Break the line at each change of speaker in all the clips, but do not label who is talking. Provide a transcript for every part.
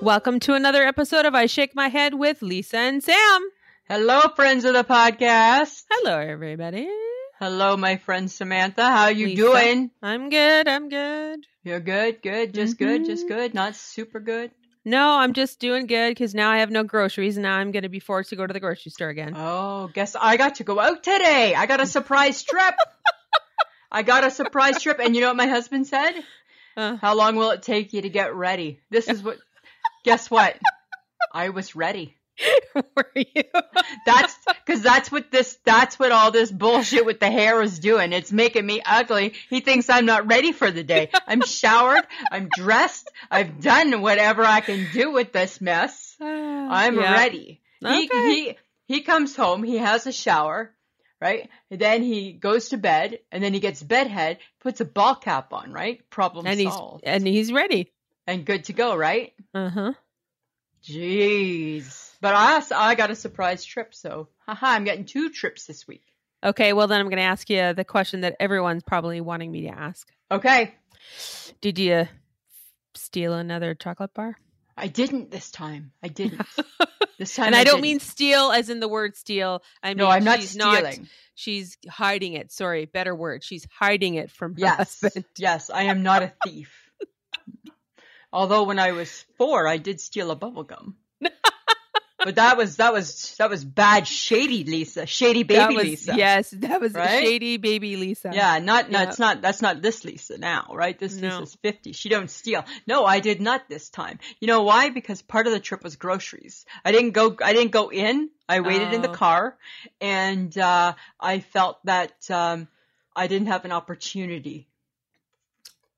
Welcome to another episode of I Shake My Head with Lisa and Sam.
Hello, friends of the podcast.
Hello, everybody.
Hello, my friend Samantha. How you
Lisa.
doing?
I'm good. I'm good.
You're good, good, just good, just
Mhm.
good. Not super good.
No, I'm just doing good because now I have no groceries and now I'm going to be forced to go to the grocery store again.
Oh, guess I got to go out today. I got a surprise trip. I got a surprise trip, and you know what my husband said?
Uh,
How long will it take you to get ready? This is what. guess what? I was ready. Oh.
were you?
That's because that's what this. That's what all this bullshit with the hair is doing. It's making me ugly. He thinks I'm not ready for the day. I'm showered. I'm dressed. I've done whatever I can do with this mess. I'm
Oh, Yeah.
ready. He,
Okay.
he he comes home, he has a shower, right? And then he goes to bed, and then he gets bedhead, puts a ball cap on, right? Problem
and he's
solved.
and he's ready.
and good to go, right?
Uh huh.
Jeez. But I also, I got a surprise trip, so haha, I'm getting two trips this week.
Okay. Well, then I'm going to ask you the question that everyone's probably wanting me to ask.
Okay.
Did you steal another chocolate bar?
I didn't this time. I didn't. this time
And I don't
didn't.
mean steal as in the word steal. I mean
No, I'm not
she's
stealing.
she's hiding it. Sorry, better word. She's hiding it from her
Yes.
husband.
Yes, I am not a thief. Although when I was four, I did steal a bubble gum. but that was that was that was bad, shady Lisa, shady baby
that was,
Lisa.
Yes, that was
Right?
shady baby Lisa.
Yeah, not
Yeah.
that's not that's not this Lisa now, right? This
No.
Lisa's fifty. She don't steal. No, I did not this time. You know why? Because part of the trip was groceries. I didn't go. I didn't go in. I waited in the
Oh.
car, and uh, I felt that um, I didn't have an opportunity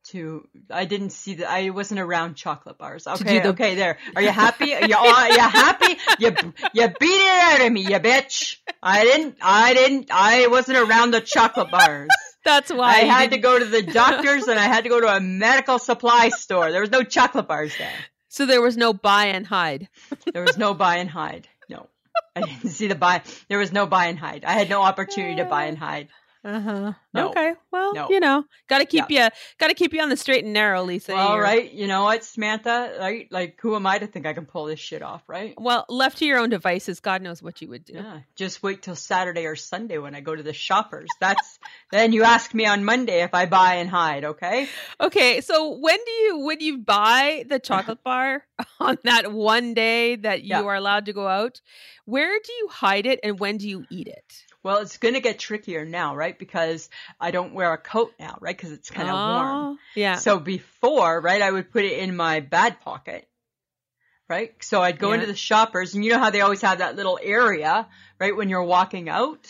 to. I didn't see that. I wasn't around chocolate bars. Okay,
do the-
okay. There. Are you happy? Are you, are you happy? You you beat it out of me, you bitch. I didn't. I didn't. I wasn't around the chocolate bars.
That's why
I
you
had to
didn't-
go to the doctor's and I had to go to a medical supply store. There was no chocolate bars there.
So there was no buy and hide.
There was no buy and hide. No. I didn't see the buy. There was no buy and hide. I had no opportunity to buy and hide.
Uh huh.
Uh-huh. No.
Okay. Well,
No.
you know, got to keep you, got to keep you on the straight and narrow, Lisa.
Well,
You're-
right. You know what, Samantha? Right? Like, who am I to think I can pull this shit off, right?
Well, left to your own devices, God knows what you would do.
Yeah. Just wait till Saturday or Sunday when I go to the shoppers. That's then you ask me on Monday if I buy and hide, okay?
Okay, so when do you when you buy the chocolate bar on that one day that you
Yeah.
are allowed to go out, where do you hide it and when do you eat it?
Well, it's going to get trickier now, right? Because I don't wear a coat now, right? Because it's kind of warm.
Oh, Yeah.
So before, right, I would put it in my bad pocket, right? So I'd go
Yeah.
into the shoppers, and you know how they always have that little area, right, when you're walking out,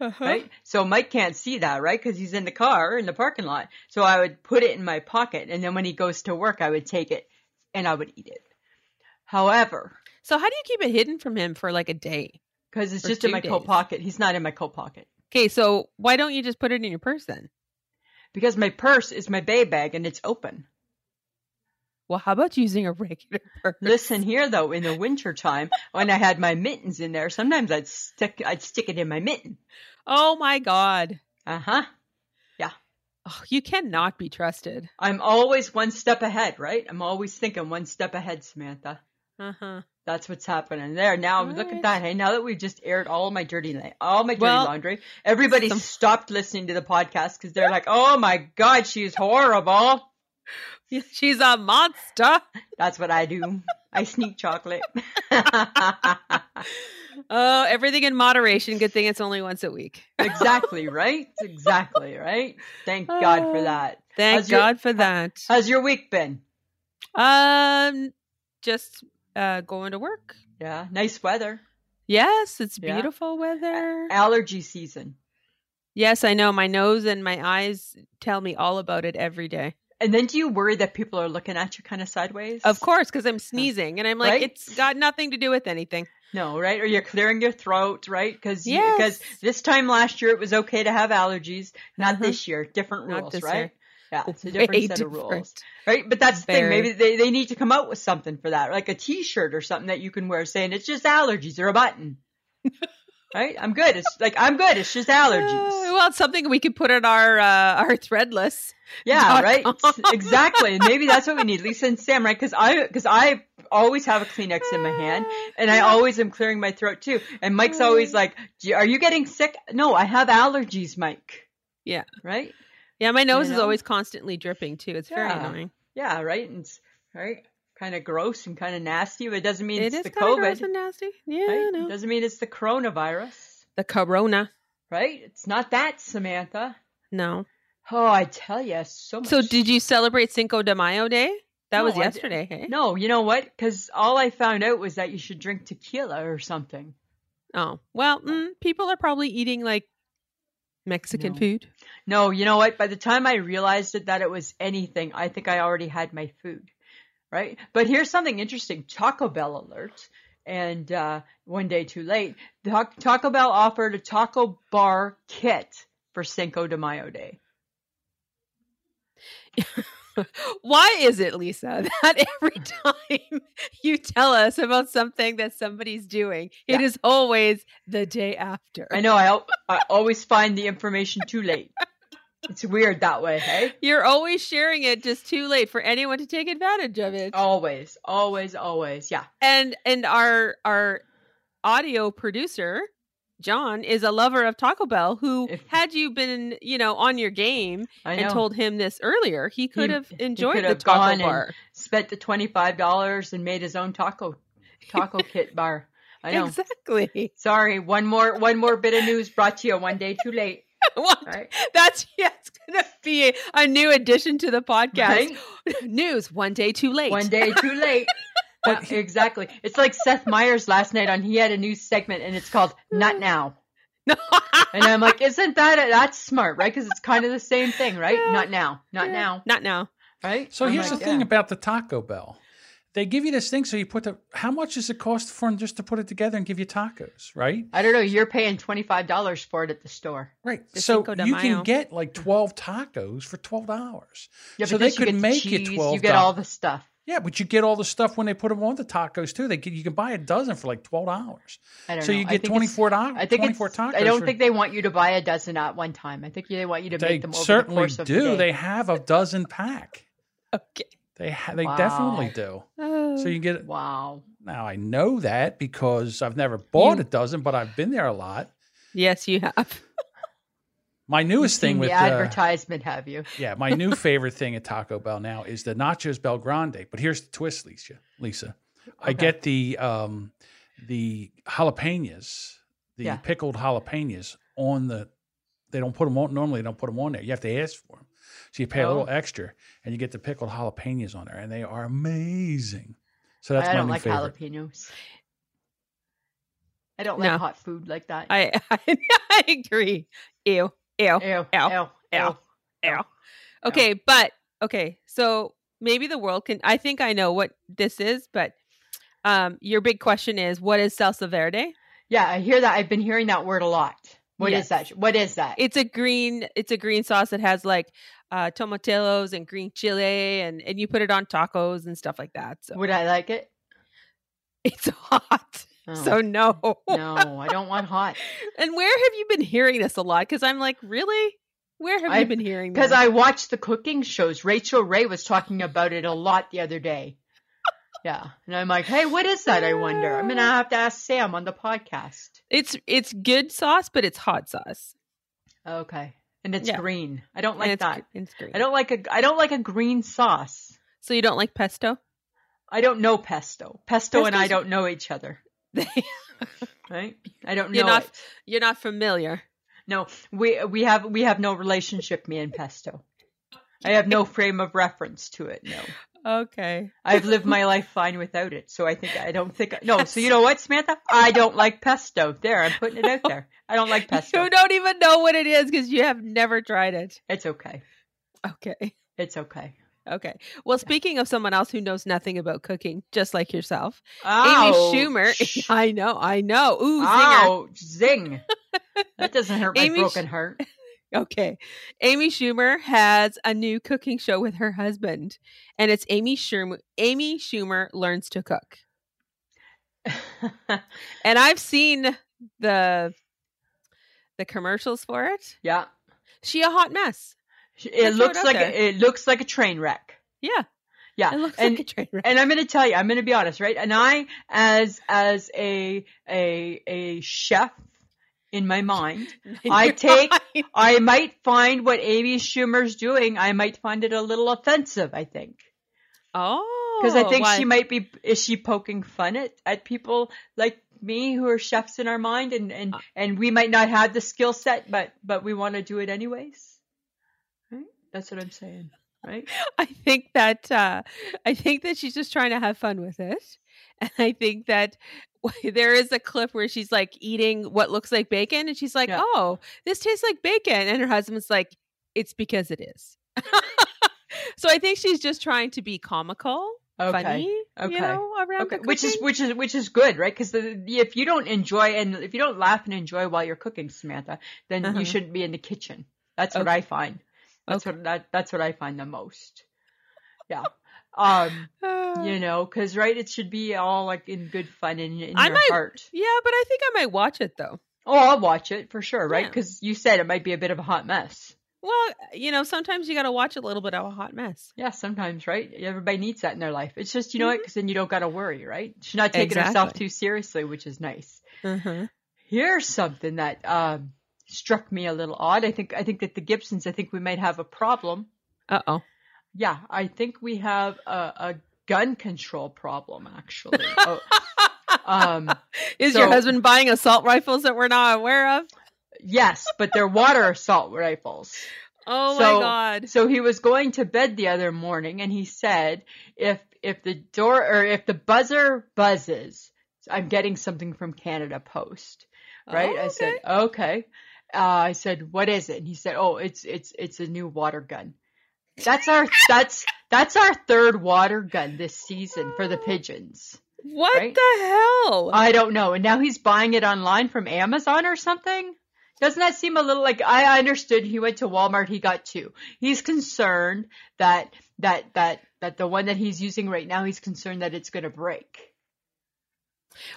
Uh-huh.
right? So Mike can't see that, right, because he's in the car in the parking lot. So I would put it in my pocket, and then when he goes to work, I would take it and I would eat it. However,
So how do you keep it hidden from him for like a day?
because it's
For
just in
two
my
days.
coat pocket, he's not in my coat pocket.
Okay, so why don't you just put it in your purse then?
Because my purse is my bay bag and it's open.
Well, how about using a regular purse?
Listen here though, in the winter time when I had my mittens in there, sometimes I'd stick I'd stick it in my mitten.
Oh my god.
Uh-huh.
Oh, you cannot be trusted.
I'm always one step ahead, right? I'm always thinking one step ahead, Samantha.
Uh-huh.
That's what's happening there. Now look
Alright.
at that. Hey, now that we've just aired all my dirty la- all my dirty
Well,
laundry, everybody
some-
stopped listening to the podcast because they're like, "Oh my god, she's horrible."
She's a monster.
That's what I do. I sneak chocolate.
Oh, everything in moderation. Good thing it's only once a week.
exactly, right? Exactly, right? Thank God for
Oh.
that.
Thank
How's your- uh,
God for that.
How's your week been? uh,
Um, just uh, going to work.
Yeah, nice weather.
Yes, it's
Yeah.
beautiful weather.
Allergy season.
Yes, I know. My nose and my eyes tell me all about it every day.
And then do you worry that people are looking at you kind of sideways?
Of course, because I'm sneezing and I'm like,
Right?
it's got nothing to do with anything.
No, right? Or you're clearing your throat, right? Because
Yes.
because this time last year it was okay to have allergies. Not
Uh-huh.
this year. Different
Not
rules,
this
right?
year.
Yeah, it's a
Way
different set
different.
of rules, right? But that's the thing.
Very.
Maybe they, they need to come out with something for that, like a T-shirt or something that you can wear saying it's just allergies or a button, right? I'm good. It's like I'm good. It's just allergies.
Uh, well, it's something we could put in our uh, our threadless.
Yeah,
dot
right.
com.
exactly. And maybe that's what we need, Lisa and Sam, right? Because I, because I, always have a Kleenex in my hand
Uh,
and I always am clearing my throat too. And Mike's
Mm.
always like, "Do- "Are you getting sick?" No, I have allergies, Mike.
Yeah.
Right?
Yeah, my nose
You
is
know?
always constantly dripping too. It's very
Yeah.
annoying.
Yeah, right? And it's right? Kind of gross and kind of nasty, but it doesn't mean
It
it's
is
the
kind of gross
COVID.
and nasty. Yeah, I
right?
know.
It doesn't mean it's the coronavirus,
the corona.
right? It's not that, Samantha.
No.
Oh, I tell you, so much.
So did you celebrate Cinco de Mayo Day? That
No,
was
I didn't.
yesterday. Hey?
No, you know what? Because all I found out was that you should drink tequila or something.
Oh well, mm, people are probably eating like Mexican
No.
food.
No, you know what? By the time I realized it, that it was anything, I think I already had my food. Right? But here's something interesting Taco Bell alert. And uh, one day too late, Ta- Taco Bell offered a taco bar kit for Cinco de Mayo Day.
Why is it, Lisa, that every time you tell us about something that somebody's doing, it
Yeah.
is always the day after?
I know I, al- I always find the information too late. It's weird that way, hey?
You're always sharing it just too late for anyone to take advantage of it.
Always, always, always. Yeah.
And and our our audio producer, John, is a lover of Taco Bell who
If-
had you been, you know, on your game
Eh. I know.
and told him this earlier, he could have enjoyed
could
the
have
taco
gone and-
bar.
spent the twenty five dollars and made his own taco taco kit bar. I know.
Exactly.
Sorry, one more one more bit of news brought to you one day too late.
What?
All right.
That's yeah, it's gonna be a, a new addition to the podcast.
Right?
News one day too late.
One day too late. Yeah, exactly. It's like Seth Meyers last night on he had a new segment and it's called Not Now.
No.
And I'm like, isn't that that's smart, right? Because it's kind of the same thing, right?
Yeah.
Not now. Not
Yeah,
now.
Not now.
Right?
So
I'm
here's
like,
the thing
yeah.
about the Taco Bell. They give you this thing, so you put the. How much does it cost for them just to put it together and give you tacos, right?
I don't know, you're paying twenty five dollars for it at the store.
Right.
The
so
Cinco de
you
Mayo.
can get like twelve tacos for twelve dollars.
Yeah,
So
but
they
this you
could
get the
make you
cheese, You
$12.
get all the stuff.
Yeah, but you get all the stuff when they put them on the tacos too. They can, you can buy a dozen for like twelve dollars.
I don't
So
know.
you
I
get
think it's-
twenty four dollars.
I think it's,
24 tacos.
I don't
for-
think they want you to buy a dozen at one time. I think they want you to
they
make them over the
certainly
course of
do.
The
They
day.
have a dozen pack.
Okay.
They ha- they
Wow.
definitely do. So you get
wow.
now. I know that because I've never bought
You-
a dozen, but I've been there a lot.
yes, you have.
My newest thing
Seen
with
Mm-hmm. the
uh,
advertisement, have you?
yeah, my new favorite thing at Taco Bell now is the nachos Bel Grande. But here's the twist, Lisa. Lisa, I
Okay.
get the um, the jalapenos, the
Yeah.
pickled jalapenos on the. They don't put them on normally. They don't put them on there. You have to ask for them, so you pay a little
Oh.
extra, and you get the pickled jalapenos on there, and they are amazing. So that's
I
my
don't
new
like
favorite.
jalapenos. I don't like
No.
hot food like that.
I I, I agree. Ew. Ew.
ew, ew,
ow,
ew, ew,
ow. Ow. Okay, but okay, so maybe the world can. I think I know what this is, but um, your big question is what is salsa verde?
Yeah, I hear that. I've been hearing that word a lot. What is
Yes.
that? What is that?
It's a green. It's a green sauce that has like uh, tomatillos and green chile, and and you put it on tacos and stuff like that. So
Would I like it?
it's hot.
Oh,
So no.
no, I don't want hot.
And where have you been hearing this a lot? Because I'm like, really? Where have you
I've-
been hearing this?
Because I watched the cooking shows. Rachel Ray was talking about it a lot the other day. Yeah. And I'm like, hey, what is that? I wonder. I'm going to have to ask Sam on the podcast.
it's it's good sauce, but it's hot sauce.
Okay. And it's
Yeah.
green. I don't
And
like
it's, gr-
that.
It's green.
I don't like a I don't like a green sauce.
so you don't like pesto?
I don't know pesto. Pesto and I
Pesto's-
don't know each other, right? I don't know.
You're not-
it.
You're not familiar.
No, we we have we have no relationship me and pesto. I have no frame of reference to it. No.
Okay.
I've lived my life fine without it. So I think I don't think no. So you know what, Samantha? I don't like pesto. There, I'm putting it out there. I don't like pesto.
You don't even know what it is because you have never tried it.
It's okay.
Okay.
It's okay.
Okay. Well, speaking of someone else who knows nothing about cooking, just like yourself,
Ouch.
Amy Schumer. I know, I know. Ooh, zinger.
Ouch, zing. That doesn't hurt my
Amy Sch-
broken heart.
Okay. Amy Schumer has a new cooking show with her husband, and it's Amy Schumer. Amy Schumer learns to cook, and I've seen the the commercials for it.
yeah.
She a hot mess.
It
throw it
looks
out
like
there.
a, it looks like a train wreck.
Yeah.
Yeah.
It looks
and
like a train wreck.
and I'm going to tell you, I'm going to be honest, right? And I, as as a a a chef in my mind, I take- I might find what Amy Schumer's doing. I might find it a little offensive. I think
oh,
because I think
why-
she might be is she poking fun at at people like me who are chefs in our mind, and
Uh.
and and we might not have the skill set, but but we want to do it anyways. Right? That's what I'm saying. Right?
I think that uh, I think that she's just trying to have fun with it, and I think that there is a clip where she's like eating what looks like bacon, and she's like,
Yeah.
"Oh, this tastes like bacon," and her husband's like, "It's because it is." so I think she's just trying to be comical,
Okay.
funny,
Okay.
you know, around
Okay,
the
which is
cooking.
which is which is good, right? Because if you don't enjoy and if you don't laugh and enjoy while you're cooking, Samantha, then
Uh-huh.
you shouldn't be in the kitchen. That's what
Okay.
I find. That's
Okay.
what that that's what I find the most. Yeah, um,
Uh,
you know, because right, it should be all like in good fun and in
I
your
might-
heart.
yeah, but I think I might watch it though.
Oh, I'll watch it for sure, right?
Yeah.
Because you said it might be a bit of a hot mess.
Well, you know, sometimes you got to watch a little bit of a hot mess.
Yeah, sometimes, right? Everybody needs that in their life. It's just you know what? Because then you don't got to worry, right? She's not taking herself
Mm-hmm. Exactly.
too seriously, which is nice. Mm-hmm.
Uh-huh.
here's something that um, struck me a little odd. I think I think that the Gibsons. I think we might have a problem.
Uh oh.
Yeah, I think we have a, a gun control problem actually. oh, um,
Is your
So-
husband buying assault rifles that we're not aware of?
yes, but they're water assault rifles.
Oh
So-
my god.
So he was going to bed the other morning, and he said, "If if the door or if the buzzer buzzes, I'm getting something from Canada Post." right?
Oh,
I said, okay. Uh, I said, what is it? And he said, oh, it's it's it's a new water gun. That's our that's that's our third water gun this season for the pigeons.
What
right?
the hell?
I don't know. And now he's buying it online from Amazon or something. Doesn't that seem a little like I understood he went to Walmart, he got two. He's concerned that that that that the one that he's using right now, he's concerned that it's going to break.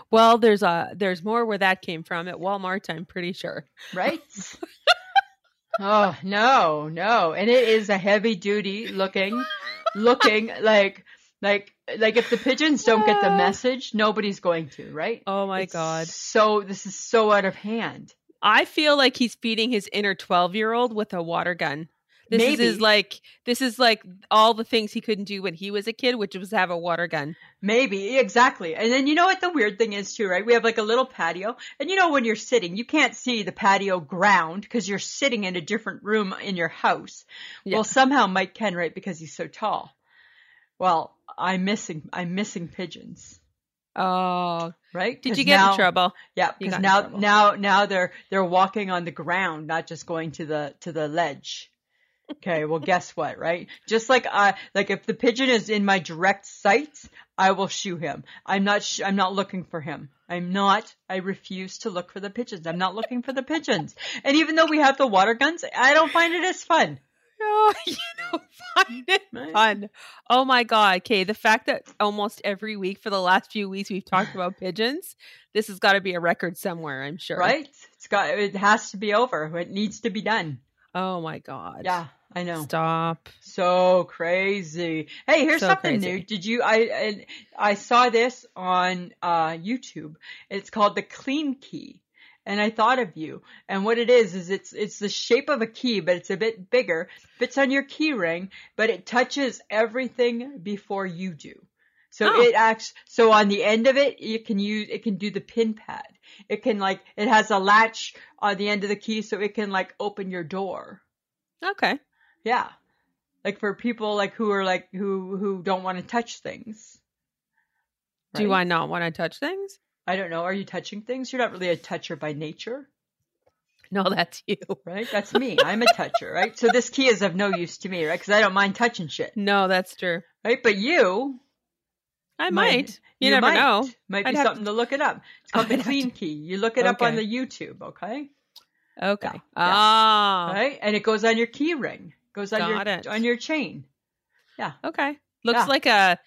well, there's a there's more where that came from at Walmart, I'm pretty sure.
right? oh no, no, and it is a heavy duty looking, looking like, like, like if the pigeons don't get the
Ah.
message, nobody's going to, right?
Oh my
It's
god.
So this is so out of hand.
I feel like he's feeding his inner 12-year-old with a water gun. This is his,
Maybe.
like this is like all the things he couldn't do when he was a kid, which was have a water gun.
Maybe, exactly. And then you know what the weird thing is too, right? We have like a little patio. And you know when you're sitting, you can't see the patio ground because you're sitting in a different room in your house.
Yeah.
Well, somehow Mike can, right? Because he's so tall. Well, I'm missing, I'm missing pigeons,
Oh,
right?
did
'Cause
you get
now-
in trouble?
Yeah,
You got
because
in
now,
trouble.
now, now they're, they're walking on the ground, not just going to the, to the ledge. Okay. Well, guess what, right? Just like I, like if the pigeon is in my direct sight, I will shoot him. I'm not, sh- I'm not looking for him. I'm not, I refuse to look for the pigeons. I'm not looking for the pigeons. And even though we have the water guns, I don't find it as fun.
Oh, you don't find it
Right.
fun. Oh my god, okay. The fact that almost every week for the last few weeks we've talked about pigeons, this has got to be a record somewhere, I'm sure.
Right? It's got, it has to be over. It needs to be done.
Oh my god.
Yeah, I know.
Stop.
So crazy. Hey, here's
So
something
crazy.
new. Did you I and I saw this on uh YouTube. It's called the clean key. And I thought of you. And what it is is it's it's the shape of a key, but it's a bit bigger. Fits on your key ring, but it touches everything before you do. So
Oh.
it acts so on the end of it, you can use it can do the pin pad. It can like it has a latch on the end of the key so it can like open your door.
Okay.
Yeah. Like for people like who are like who who don't want to touch things.
Do
Right?
I not want to touch things?
I don't know. Are you touching things? You're not really a toucher by nature,
No, that's you.
right? That's me. I'm a toucher, right? So this key is of no use to me, right? Cuz I don't mind touching shit,
No, that's true.
right? But you
I
Might.
might. You, never
might.
know.
Might
I'd
be
have
something to look it up. It's called
I'd
the
have
clean key. You look it up on
Okay.
the YouTube, okay?
Okay.
Yeah, yeah.
Ah.
Right? And it goes on your key ring. Goes on
Got
your
it.
on your chain.
Okay. Looks
Yeah.
like a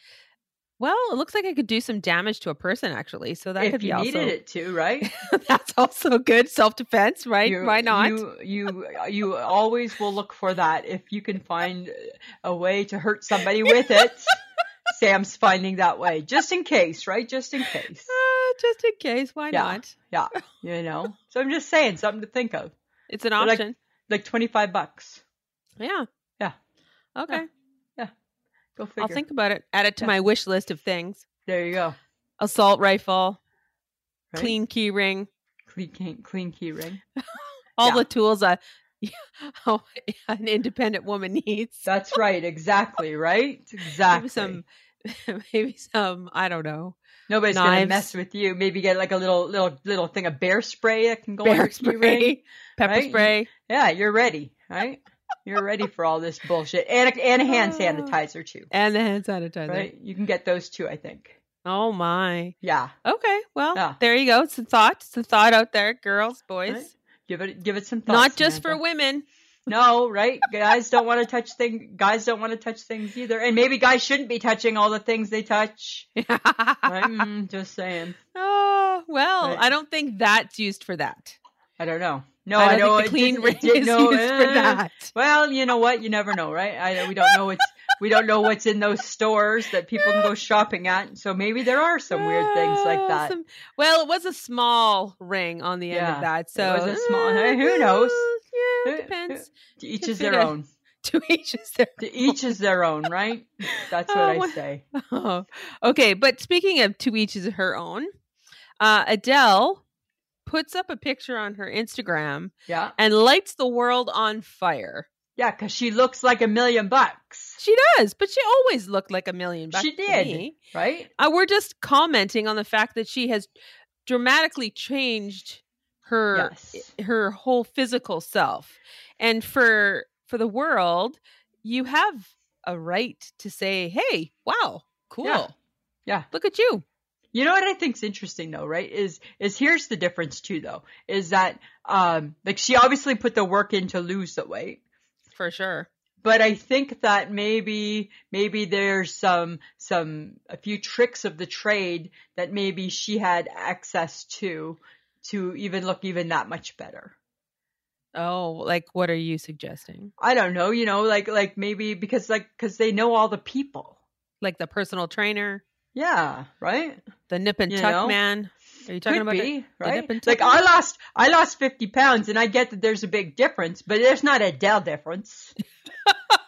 Well, it looks like it could do some damage to a person actually. So that
if
could be
you
also
needed it to, right?
that's also good self defense, right?
You-
Why not?
You, you you always will look for that if you can find a way to hurt somebody with it. Sam's finding that way just in case, right? Just in case.
Uh, just in case, why
Yeah.
not?
Yeah, you know. So I'm just saying something to think of.
It's an
But, like,
option.
Like 25 bucks.
yeah.
Yeah.
Okay.
Go figure.
I'll think about it. Add it to
Yeah.
my wish list of things.
there you go.
Assault rifle,
Right?
clean key ring,
clean key- clean key ring.
all
Yeah.
the tools a oh, an independent woman needs.
That's right. Exactly. Right.
Maybe
Exactly.
some maybe some, I don't know.
Nobody's gonna
knives.
mess with you. Maybe get like a little little little thing of bear spray that can go in
Bear
your key ring.
spray, pepper
right?
spray.
Yeah, you're ready, right? You're ready for all this bullshit. And a, and a hand
Ah.
sanitizer too,
And the hand sanitizer.
right? You can get those too, I think.
Oh my.
Yeah.
Okay. Well,
Yeah.
there you go. It's a thought. It's a thought out there, girls, boys.
Right? Give it give it some thought.
Not just for
Samantha.
women.
No, right? guys don't want to touch thing guys don't want to touch things either. And maybe guys shouldn't be touching all the things they touch. Right? Mm, just saying.
oh well,
Right.
I don't think that's used for that.
I don't know. No,
I don't
I, know
think the clean ring
it didn't- it
is
didn't- no,
used for
eh.
that.
Well, you know what? You never know, right? I, we don't know what's we don't know what's in those stores that people can go shopping at. So maybe there are some weird things like
Oh,
that.
some- well, it was a small ring on the end
Yeah,
of that, so
was a small-
uh,
hey, who knows?
Yeah,
Who-
it depends.
To each
Just
is their
figure-
own.
To each his their.
To each is their own, right? That's
Oh,
what I
what-
say.
Oh, okay. But speaking of to each is her own, uh, Adele puts up a picture on her Instagram
Yeah.
and lights the world on fire.
Yeah, because she looks like a million bucks,
She does, but she always looked like a million bucks.
She
to
did.
me.
right?
Uh, we're just commenting on the fact that she has dramatically changed her
Yes.
her whole physical self, and for for the world, you have a right to say, "Hey, wow, cool,
Yeah.
look at you."
You know what I think's interesting though, right? Is is here's the difference too though, is that um like she obviously put the work in to lose the weight.
For sure.
but I think that maybe maybe there's some some a few tricks of the trade that maybe she had access to to even look even that much better.
Oh, like what are you suggesting?
I don't know, you know, like like maybe because like because they know all the people.
Like the personal trainer,
Yeah, right.
the nip and
You
tuck
know?
man. Are you talking
Could
about the-
be,
the
right?
nip and
like
tuck
I
man?
lost I lost fifty pounds, and I get that there's a big difference, but there's not a Dell difference.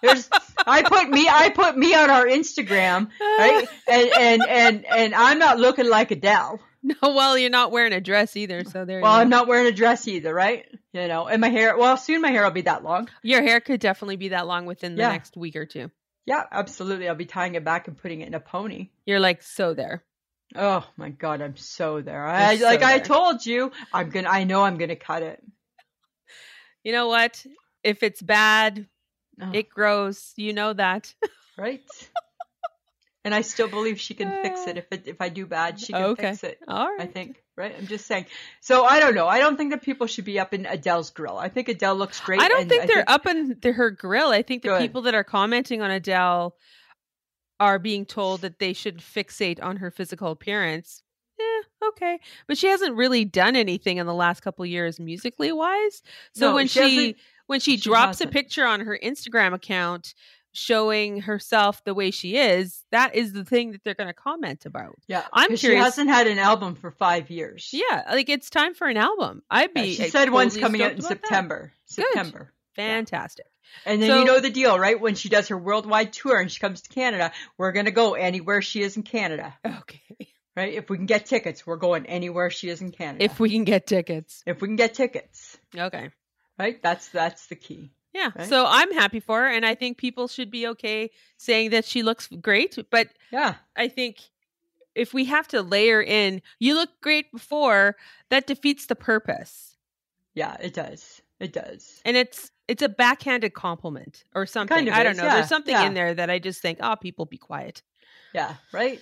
there's I put me I put me on our Instagram
Ah,
right? And and and and I'm not looking like Adele.
No, well, you're not wearing a dress either, so there.
Well,
you
I'm
go.
not wearing a dress either, right? You know, and my hair. Well, soon my hair will be that long.
Your hair could definitely be that long within the
Yeah.
next week or two.
Yeah, absolutely. I'll be tying it back and putting it in a pony.
You're like so there.
Oh my god, I'm so there. I
You're so
like I
there.
told you, I'm gonna. I know I'm gonna cut it.
You know what? If it's bad,
Oh,
it grows. You know that.
right. and I still believe she can fix it if it, if I do bad. She can
Okay.
fix it.
All
I
right.
think. Right. I'm just saying. So I don't know. I don't think that people should be up in Adele's grill. I think Adele looks great.
I don't
and
think they're up in the, her grill. I think the
Good.
people that are commenting on Adele are being told that they should fixate on her physical appearance. Yeah, okay. But she hasn't really done anything in the last couple years musically wise. So
No,
when
she
she
hasn't-
when she,
she
drops a
hasn't.
picture on her Instagram account showing herself the way she is, that is the thing that they're going to comment about.
Yeah,
I'm
'cause
curious-
She hasn't had an album for five years.
Yeah, like it's time for an album. I'd
Yeah,
be.
she
uh,
said one's
totally
coming out
stoked
in
about that.
September. September.
Fantastic.
And then
So-
you know the deal, right? When she does her worldwide tour and she comes to Canada, we're gonna go anywhere she is in Canada,
Okay.
right? If we can get tickets, we're going anywhere she is in Canada.
If we can get tickets.
if we can get tickets,
Okay.
right? That's that's the key.
Yeah.
Right?
So I'm happy for her. And I think people should be okay saying that she looks great. But
Yeah,
I think if we have to layer in, you look great before, that defeats the purpose.
yeah, it does. It does.
And it's, it's a backhanded compliment or something.
of
I don't
is,
know.
yeah,
There's something
yeah.
in there that I just think, oh, people be quiet.
Yeah, right.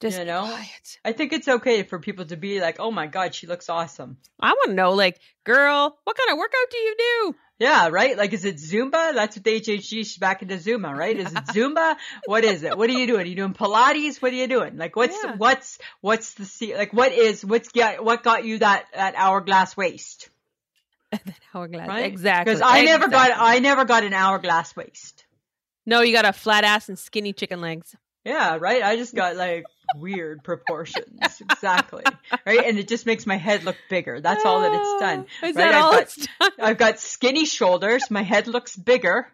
Just
You know?
quiet.
I think it's okay for people to be like, "Oh my God, she looks awesome."
I want to know, like, girl, what kind of workout do you do?
Yeah, right. Like, is it Zumba? That's what the HHG is back into Zumba, right? Is it Zumba? What is it? What are you doing? Are you doing Pilates? What are you doing? Like, what's
Yeah.
what's what's the se- like? What is what's got what got you that that hourglass waist?
That hourglass,
Right?
exactly.
Because I never got
Exactly.
I never got an hourglass waist.
No, you got a flat ass and skinny chicken legs.
Yeah, right. I just got like weird proportions. Exactly. Right, and it just makes my head look bigger. That's all that it's done.
Is
right?
that
I've
all
got-
it's done?
I've got skinny shoulders. My head looks bigger.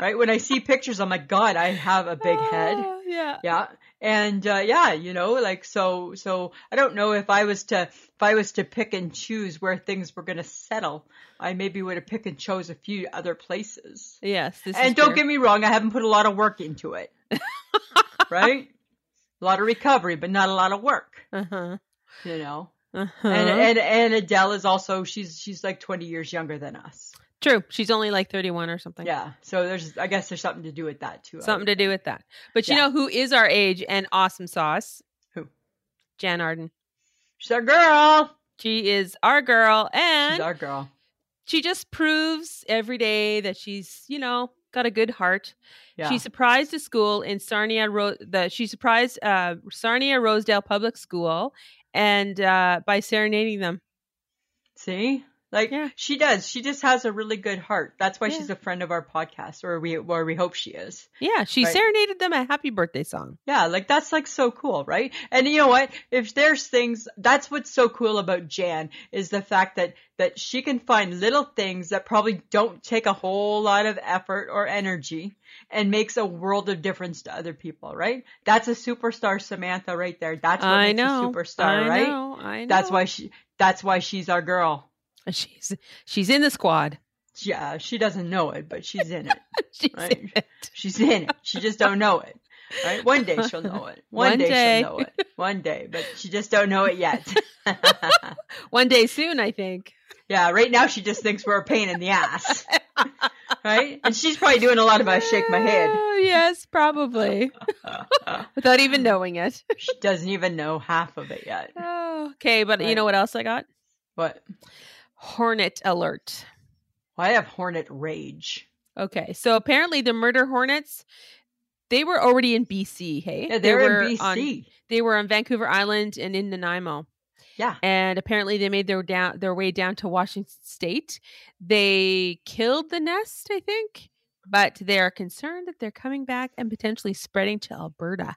Right? When I see pictures, I'm like, God, I have a big head.
Oh, yeah.
Yeah. And uh, yeah, you know, like so. So I don't know if I was to if I was to pick and choose where things were going to settle, I maybe would have picked and chose a few other places.
Yes. This
and
is
don't
true.
get me wrong, I haven't put a lot of work into it. right? A lot of recovery, but not a lot of work.
Uh-huh.
You know.
Uh-huh.
And and and Adele is also she's she's like 20 years younger than us.
True. She's only like 31 or something.
Yeah. So there's, I guess there's something to do with that too. I
Something
would
to do
think.
with that. But you
Yeah.
know who is our age and awesome sauce?
Who?
Jan Arden.
She's our girl.
She is our girl
She's
and
our girl.
she just proves every day that she's, you know, got a good heart.
Yeah.
She surprised a school in Sarnia. Ro- the she surprised uh, Sarnia Rosedale Public School, and uh, by serenading them.
See, like
Yeah.
she does. She just has a really good heart. That's why
Yeah.
she's a friend of our podcast, or we, or we hope she is.
Yeah, she
Right.
serenaded them a happy birthday song.
Yeah. Like that's like so cool, right? And you know what? If there's things, that's what's so cool about Jan is the fact that, that she can find little things that probably don't take a whole lot of effort or energy and makes a world of difference to other people, right? That's a superstar Samantha right there. That's what
I
makes
know,
a superstar,
I
right?
Know, I know.
That's why she. That's why she's our girl.
she's she's in the squad.
Yeah, she doesn't know it, but she's in it.
She's
Right.
in it.
She's in it. She just don't know it. Right? One day she'll know it. One,
One
day,
day.
she'll know it. One day, but she just don't know it yet.
One day soon, I think.
yeah, right now she just thinks we're a pain in the ass. Right? And she's probably doing a lot of I shake my head. Uh,
Oh, yes, probably without even knowing it.
She doesn't even know half of it yet.
Oh, okay, but you
Right.
know what else I got?
But
Hornet alert.
well, I have hornet rage.
Okay, so apparently the murder hornets, they were already in BC. Hey, They
Yeah, they're
were
in BC.
on- they were on Vancouver Island and in Nanaimo.
Yeah.
And apparently they made their down their way down to Washington State. They killed the nest, I think, but they are concerned that they're coming back and potentially spreading to Alberta.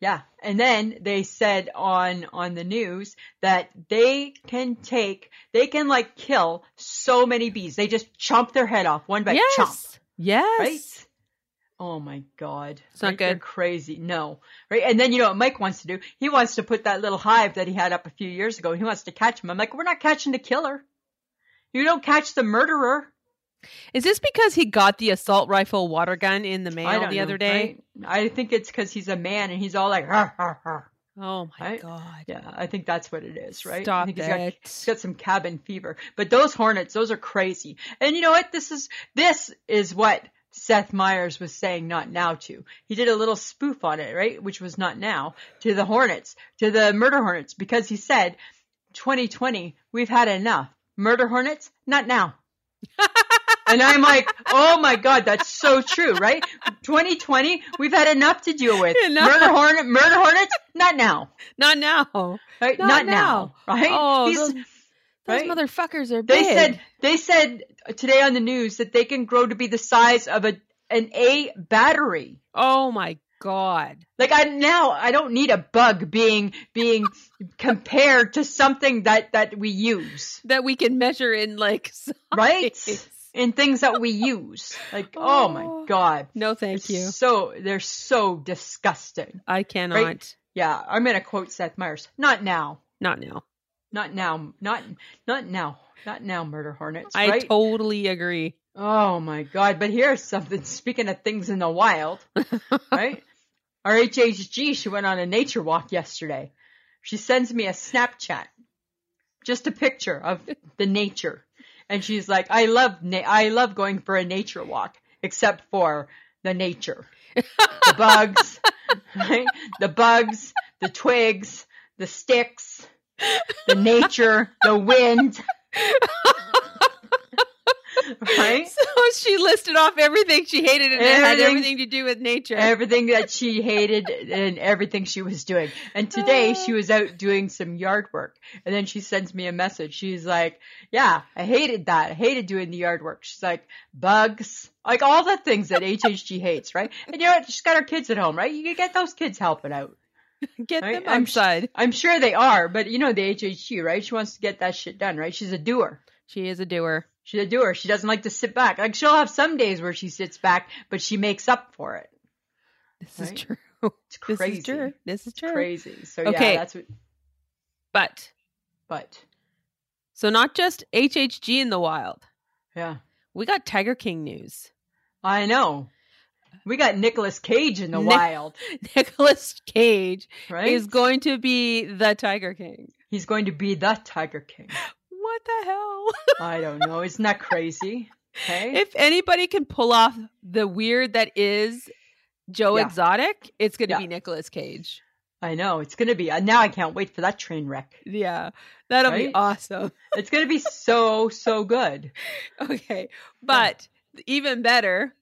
Yeah, and then they said on on the news that they can take, they can like kill so many bees. They just chomp their head off one by
yes.
chomp,
Yes.
right? Oh my god,
It's not
Right? They're
good.
crazy, no, right? And then you know what Mike wants to do? He wants to put that little hive that he had up a few years ago. He wants to catch him. I'm like, we're not catching the killer. You don't catch the murderer.
Is this because he got the assault rifle water gun in the
I
mail
don't
the
know,
other day?
right? I think it's because he's a man and he's all like, "Har, har, har."
Oh my
Right?
god.
yeah, I think that's what it is, right? I
Stop
think
it.
he's got It's got some cabin fever. But those hornets, those are crazy. And you know what? This is this is what Seth Meyers was saying not now to. He did a little spoof on it, right? Which was not now to the hornets, to the murder hornets, because he said, 2020, we've had enough. Murder hornets, not now. and I'm like, oh my god, that's so true, right? 2020, we've had enough to deal with.
Enough.
Murder hornet, murder hornets, not now,
Not now.
right?
Not
Not, now. right?
Oh,
He's-
those, those
right?
motherfuckers are
they
big.
said they said today on the news that they can grow to be the size of a an A battery.
oh my god.
Like I now I don't need a bug being being compared to something that that we use,
that we can measure in like size.
right? In things that we use. Like oh,
Oh,
my god.
No, thank
They're
you.
So they're so disgusting.
I cannot.
Yeah, I'm going to quote Seth Meyers. Not now.
Not now.
Not now. Not not now. Not now, murder hornets,
I
right?
totally agree.
Oh my god, but here's something speaking of things in the wild, right? Our HHG, she went on a nature walk yesterday. She sends me a Snapchat, just a picture of the nature. And she's like, "I love na- I love going for a nature walk except for the nature. The bugs, right? The bugs, the twigs, the sticks, the nature, the wind. right?
So she listed off everything she hated and it had
Everything-
everything to do with nature.
Everything that she hated and everything she was doing. And today she was out doing some yard work. And then she sends me a message. She's like, Yeah, I hated that. I hated doing the yard work. She's like, Bugs, like all the things that HHG hates, right? And you know what? She's got her kids at home, right? You can get those kids helping out.
Get
I-
them
I'm sh-
outside.
I'm sure they are, but you know, the HHG, right? She wants to get that shit done, right? She's a doer.
She is a doer.
She's a doer. She doesn't like to sit back. Like she'll have some days where she sits back, but she makes up for it.
This
Right?
is true.
It's crazy.
This is true. This is true.
Crazy. So yeah,
Okay.
that's what.
But
But
so not just HHG in the wild.
yeah,
We got Tiger King news.
I know. We got Nicolas Cage in the
Nic-
wild,
Nicholas Cage
right?
is going to be the Tiger King.
He's going to be the Tiger King.
What the hell?
I don't know. Isn't that crazy? Okay.
if anybody can pull off the weird that is Joe
Yeah.
Exotic, it's going to
Yeah.
be Nicolas Cage.
I know. It's going to be. uh, Now I can't wait for that train wreck.
Yeah, that'll
Right?
be awesome.
It's going to be so, so good.
Okay, but even better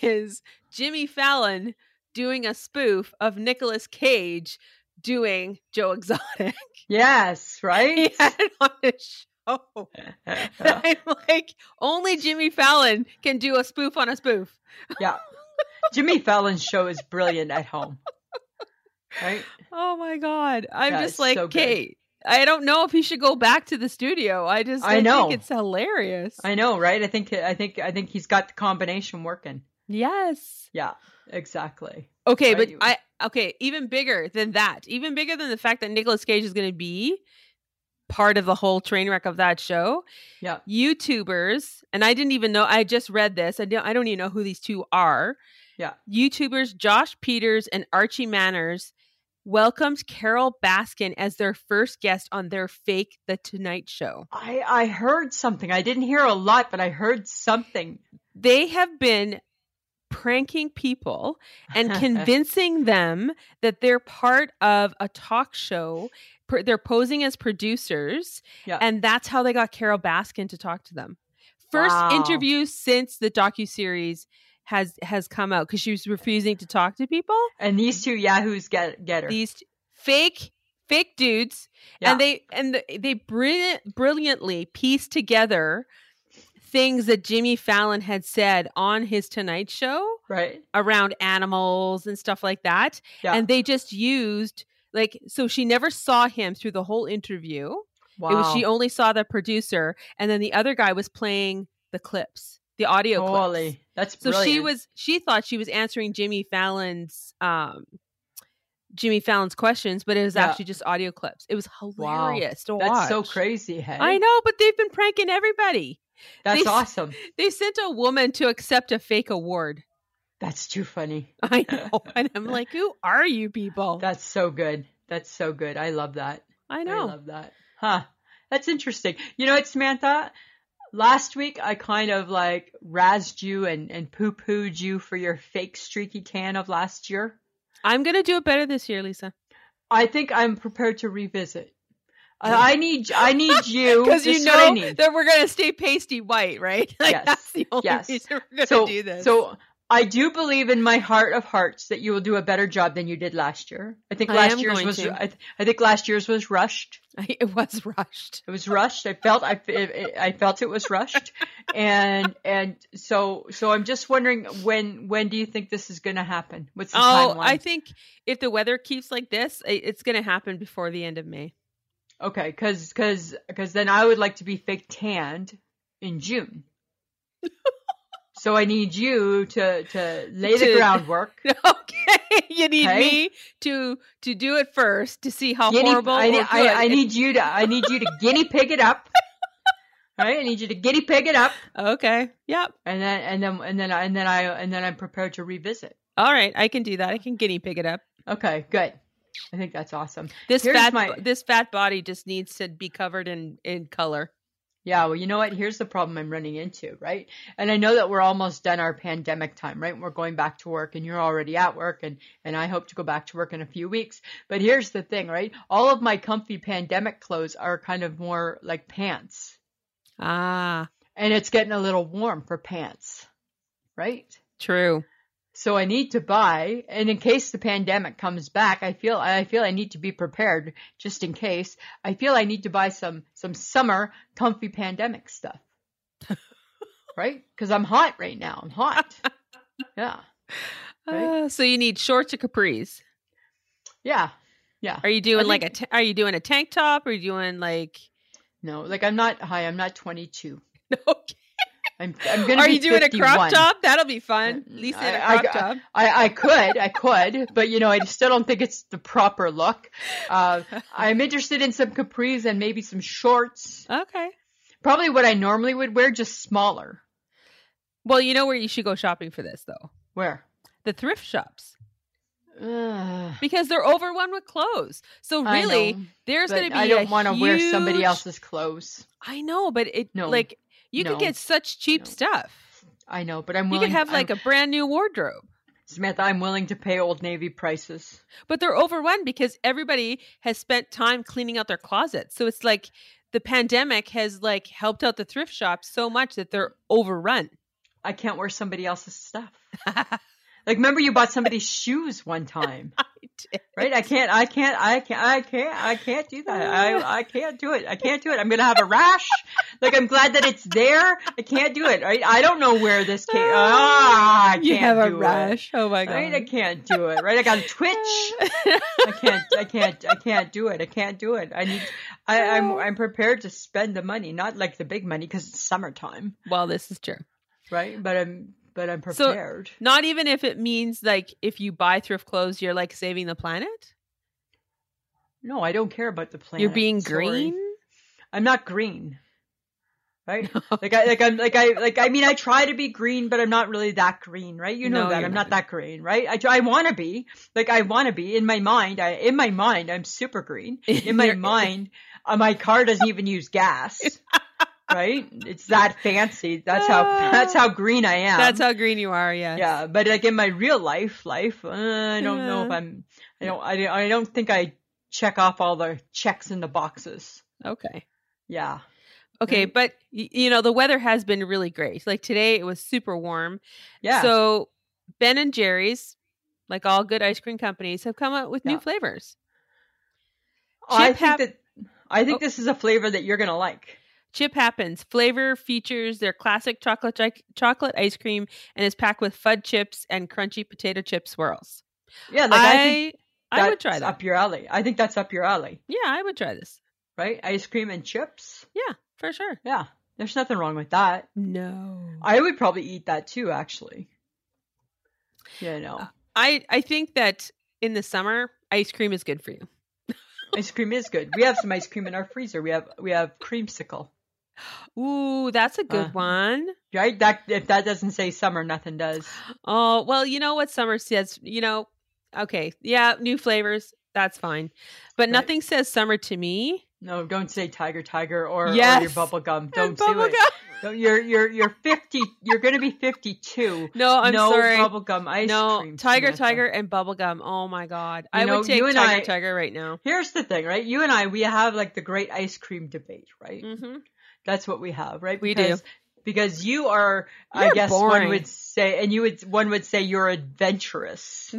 is Jimmy Fallon doing a spoof of Nicolas Cage doing Joe Exotic.
Yes,
he
right?
had it on his show. And I'm like, only Jimmy Fallon can do a spoof on a spoof.
Yeah. Jimmy Fallon's show is brilliant at home. Right?
Oh my god! I'm
Yeah,
just
it's
like,
so good.
Kate. I don't know if he should go back to the studio. I just
I
I,
know.
think it's hilarious.
I know, right? I think I think I think he's got the combination working.
yes.
Yeah, exactly.
Okay,
Right,
but
you-
I okay, even bigger than that. Even bigger than the fact that Nicolas Cage is going to be part of the whole train wreck of that show.
Yeah.
YouTubers, and I didn't even know I just read this. I don't I don't even know who these two are.
Yeah.
YouTubers Josh Peters and Archie Manners welcomed Carol Baskin as their first guest on their fake The Tonight Show.
I I heard something. I didn't hear a lot, but I heard something.
They have been pranking people and convincing them that they're part of a talk show. Per- They're posing as producers,
Yeah.
and that's how they got Carol Baskin to talk to them. First
Wow.
interview since the docu series has has come out because she was refusing to talk to people.
and these two yahoos get get her.
These t- fake fake dudes,
Yeah.
and they and the, they brilliant, brilliantly pieced together things that Jimmy Fallon had said on his Tonight Show
right?
around animals and stuff like that.
Yeah.
And they just used like so she never saw him through the whole interview.
wow.
It was she only saw the producer and then the other guy was playing the clips, the audio clips.
Holy, that's
So
brilliant.
she was she thought she was answering Jimmy Fallon's um Jimmy Fallon's questions, but it was
Yeah.
actually just audio clips. It was hilarious to
That's
watch.
so crazy. Hey,
I know, but they've been pranking everybody.
That's
They-
awesome.
They sent a woman to accept a fake award.
That's too funny.
I know. And I'm like, who are you people?
That's so good. That's so good. I love that.
I
I
know.
love that. Huh. That's interesting. You know what, Samantha? Last week I kind of like razzed you and, and poo pooed you for your fake streaky tan of last year.
I'm going to do it better this year, Lisa.
I think I'm prepared to revisit. I, I need I need you
Because you
This is what I
know
need.
that we're going to stay pasty white, right? Like,
Yes.
That's the only
Yes.
reason we're going to
so,
do this.
So I do believe in my heart of hearts that you will do a better job than you did last year. I think
I
last
am
year's
going
was
to.
I, th- I think last year's was rushed.
I, it was rushed.
It was rushed. I felt I, I I felt it was rushed, and and so so I'm just wondering when when do you think this is going to happen? What's the
Oh,
timeline?
I think if the weather keeps like this, i- it's going to happen before the end of May.
okay, because because then I would like to be fake tanned in June. so I need you to to lay the
To-
groundwork.
Okay, you need
Okay.
me to to do it first to see how
Guinea-
horrible.
I,
or
need- I, I
good
need you to I need you to guinea pig it up. Right? I need you to guinea pig it up,
it- Okay, yep.
and then and then and then I- and then I and then I'm prepared to revisit.
All right, I can do that. I can guinea pig it up.
Okay, good. I think that's awesome.
This
Here's
fat
my-
this fat body just needs to be covered in in color.
Yeah, well, you know what? Here's the problem I'm running into, right? And I know that we're almost done our pandemic time, right? We're going back to work and you're already at work and, and I hope to go back to work in a few weeks. But here's the thing, right? All of my comfy pandemic clothes are kind of more like pants
Ah,
and it's getting a little warm for pants, right?
true.
So I need to buy, and in case the pandemic comes back, I feel I feel I need to be prepared just in case. I feel I need to buy some some summer comfy pandemic stuff, right? Because I'm hot right now. I'm hot. Yeah, Right?
Ah, so you need shorts or capris?
yeah, yeah.
Are you doing like a
think-
t- are you doing a tank top? Or are you doing like
No, like I'm not high. I'm not 22.
okay.
I'm I'm gonna.
Are
be
you doing
51.
a crop top? That'll be fun.
Mm,
Lisa in a
I- I-
crop top.
I, I could, I could, but you know, I still don't think it's the proper look. Uh, I'm interested in some capris and maybe some shorts.
okay.
Probably what I normally would wear, just smaller.
Well, you know where you should go shopping for this though.
Where?
The thrift shops
Ugh,
because they're overrun with clothes. So
I
really,
know,
there's
but
going to be
I don't
want to
wear somebody else's clothes.
I know, but it
No.
like you
No.
could get such cheap
No.
stuff.
I know, but I'm
You
willing.
could have like a brand new wardrobe.
Samantha. I'm willing to pay Old Navy prices.
But they're overrun because everybody has spent time cleaning out their closets. So it's like the pandemic has like helped out the thrift shops so much that they're overrun.
I can't wear somebody else's stuff. Like, remember you bought somebody's shoes one time. Right? I can't, I can't, I can't, I can't, I can't do that. I, I can't do it. I can't do it. I'm going to have a rash. Like, I'm glad that it's there. I can't do it. Right? I don't know where this came. Ah, I can't
you have a
do
rash. Oh my
It.
god.
Right? I can't do it. Right? I got a twitch. I can't, I can't, I can't do it. I can't do it. I need, I, I'm, I'm prepared to spend the money, not like the big money because it's summertime.
well, this is true.
Right? But I'm, but I'm
So-
prepared.
Not even if it means like if you buy thrift clothes, you're like saving the planet.
no, I don't care about the plan.
You're being green.
I'm not green. Right? Like I like I'm like I like I mean I try to be green, but I'm not really that green, right? You know
No,
that
you're
I'm
not.
not that green, right? I try- I want to be like I want to be in my mind. I in my mind I'm super green. In my
You're-
mind, uh, my car doesn't even use gas, right? It's that fancy. That's how that's how green I am.
Ah. That's how green you are. Yes.
yeah. But like in my real life, life uh, I don't know if
Yeah.
I'm I don't I, don't- I don't think I check off all the checks in the boxes.
Okay.
Yeah.
Okay,
Right.
but y- you know the weather has been really great. Like today, it was super warm.
Yeah.
So Ben and Jerry's, like all good ice cream companies, have come out with
Yeah.
new flavors.
I
Chip
think
hap-
that I think
Oh.
this is a flavor that you're gonna like.
Chip happens. Flavor features their classic chocolate chi- chocolate ice cream and is packed with fud chips and crunchy potato chip swirls.
Yeah, like I, think
I,
that's
would try that.
up your alley. I think that's up your alley,
Yeah, I would try this
right? Ice cream and chips.
for sure.
Yeah, there's nothing wrong with that.
No, I
I would probably eat that too, actually. Yeah,
Uh.
no,
I, think that in the summer, ice cream is good for you.
ice cream is good. We have some ice cream in our freezer. We have we have creamsicle.
Ooh, that's a good
Uh.
one.
Right? That if that doesn't say summer, nothing does.
Oh, well, you know what summer says, you know, okay, yeah, new flavors, that's fine. But
Right.
nothing says summer to me.
No, don't say tiger, tiger, or, or your
Yes.
bubble gum. Don't
And
do
bubble
it.
gum.
Don't- You're you're you're fifty. You're gonna be fifty two.
No, I'm
no
sorry.
bubblegum ice
no,
cream.
tiger,
Samantha.
tiger, and bubblegum. Oh my God. I
know,
would take
you and
tiger,
I-
tiger right now.
Here's the thing, right? You and I, we have like the great ice cream debate, right?
hmm
That's what we have, right?
We do.
Because, Because you are, I
You're
guess
boring.
one would say, and you would, one would say you're adventurous,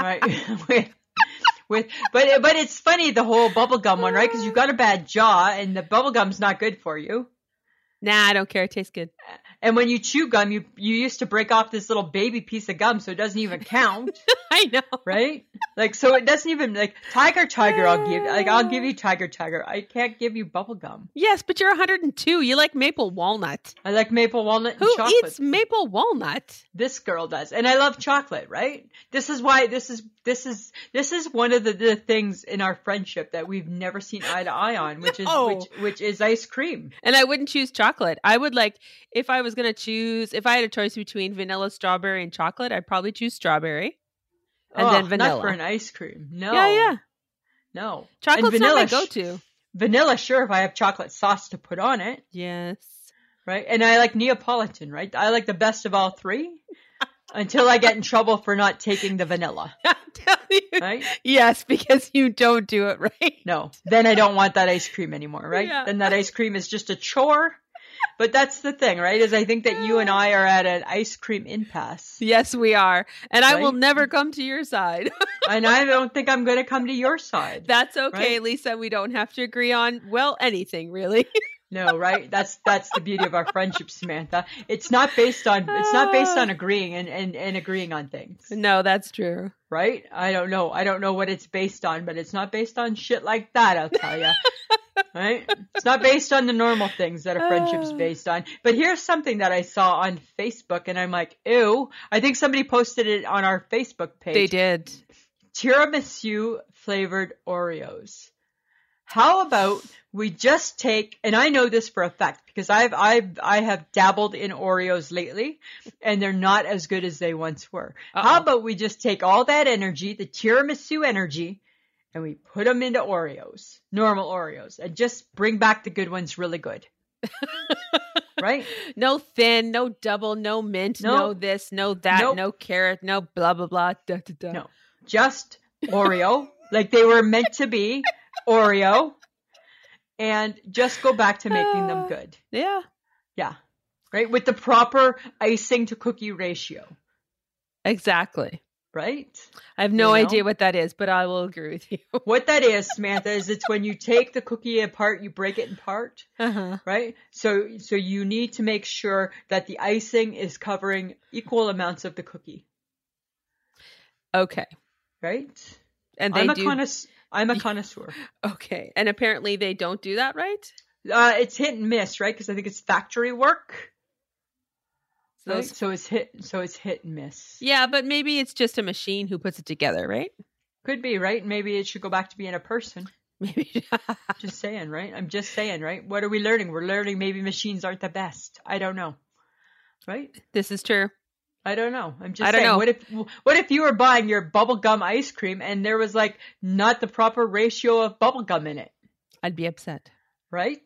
right? with, with, but but it's funny the whole bubblegum one, right? Because you got a bad jaw, and the bubblegum's not good for you.
Nah, I don't care. It tastes good.
And when you chew gum, you you used to break off this little baby piece of gum, so it doesn't even count.
I know.
right? Like, so it doesn't even like tiger, tiger. I'll give like I'll give you tiger, tiger. I can't give you bubblegum.
Yes, but you're 102. You like maple walnut.
I like maple walnut and
Who
chocolate.
eats maple walnut?
This girl does, and I love chocolate. Right? This is why this is this is this is one of the, the things in our friendship that we've never seen eye to eye on, which
No.
is which which is ice cream.
And I wouldn't choose chocolate. I would like, if I was going to choose, if I had a choice between vanilla, strawberry, and chocolate, I'd probably choose strawberry. And then
Not for
vanilla.
an ice cream. No.
Yeah, yeah.
No. And
Chocolate's not
vanilla
my
sh-
go-to.
vanilla, sure, if I have chocolate sauce to put on it,
Yes.
right? And I like Neapolitan, right? I like the best of all three until I get in trouble for not taking the vanilla,
I tell you.
right?
Yes, because you don't do it right.
No, then I don't want that ice cream anymore, right?
Yeah.
Then that ice cream is just a chore. But that's the thing, right? Is I think that you and I are at an ice cream impasse.
Yes, we are. And I will
Right?
never come to your side.
And I don't think I'm going to come to your side.
That's okay,
Right?
Lisa. We don't have to agree on, well, anything really.
No, right? That's that's the beauty of our friendship, Samantha. It's not based on it's not based on agreeing and, and, and agreeing on things.
no, that's true.
Right? I don't know. I don't know what it's based on, but it's not based on shit like that, I'll tell you. right? It's not based on the normal things that a friendship's
Ah.
based on. But here's something that I saw on Facebook and I'm like, ew. I think somebody posted it on our Facebook page.
They did.
Tiramisu flavored Oreos. How about we just take and I know this for a fact because I've I've I have dabbled in Oreos lately and they're not as good as they once were. How
Uh-oh.
about we just take all that energy, the tiramisu energy, and we put them into Oreos, normal Oreos, and just bring back the good ones really good. right?
No thin, no double, no mint,
No.
no this, no that,
Nope.
no carrot, no blah blah blah. Da, da, da.
No. Just Oreo, like they were meant to be, Oreo, and just go back to making them
Ah.
good.
Yeah.
Yeah. Right? With the proper icing to cookie ratio,
Exactly.
right?
I have no
You know?
idea what that is, but I will agree with you.
What that is, Samantha, is it's when you take the cookie apart, you break it apart.
Uh-huh.
right so so you need to make sure that the icing is covering equal amounts of the cookie
Okay.
right
And they
i'm a
do.
connoisseur i'm a connoisseur
okay. And apparently they don't do that right.
uh, it's hit and miss right because i think it's factory work
So
right?
those-
so it's hit so it's hit and miss
Yeah, but maybe it's just a machine who puts it together, right?
could be right maybe it should go back to being a person
Maybe.
just saying right i'm just saying right what are we learning we're learning maybe machines aren't the best i don't know right
this is true.
I don't know. I'm just
I don't
saying.
know.
What if what if you were buying your bubblegum ice cream and there was like not the proper ratio of bubblegum in it,
I'd be upset.
right?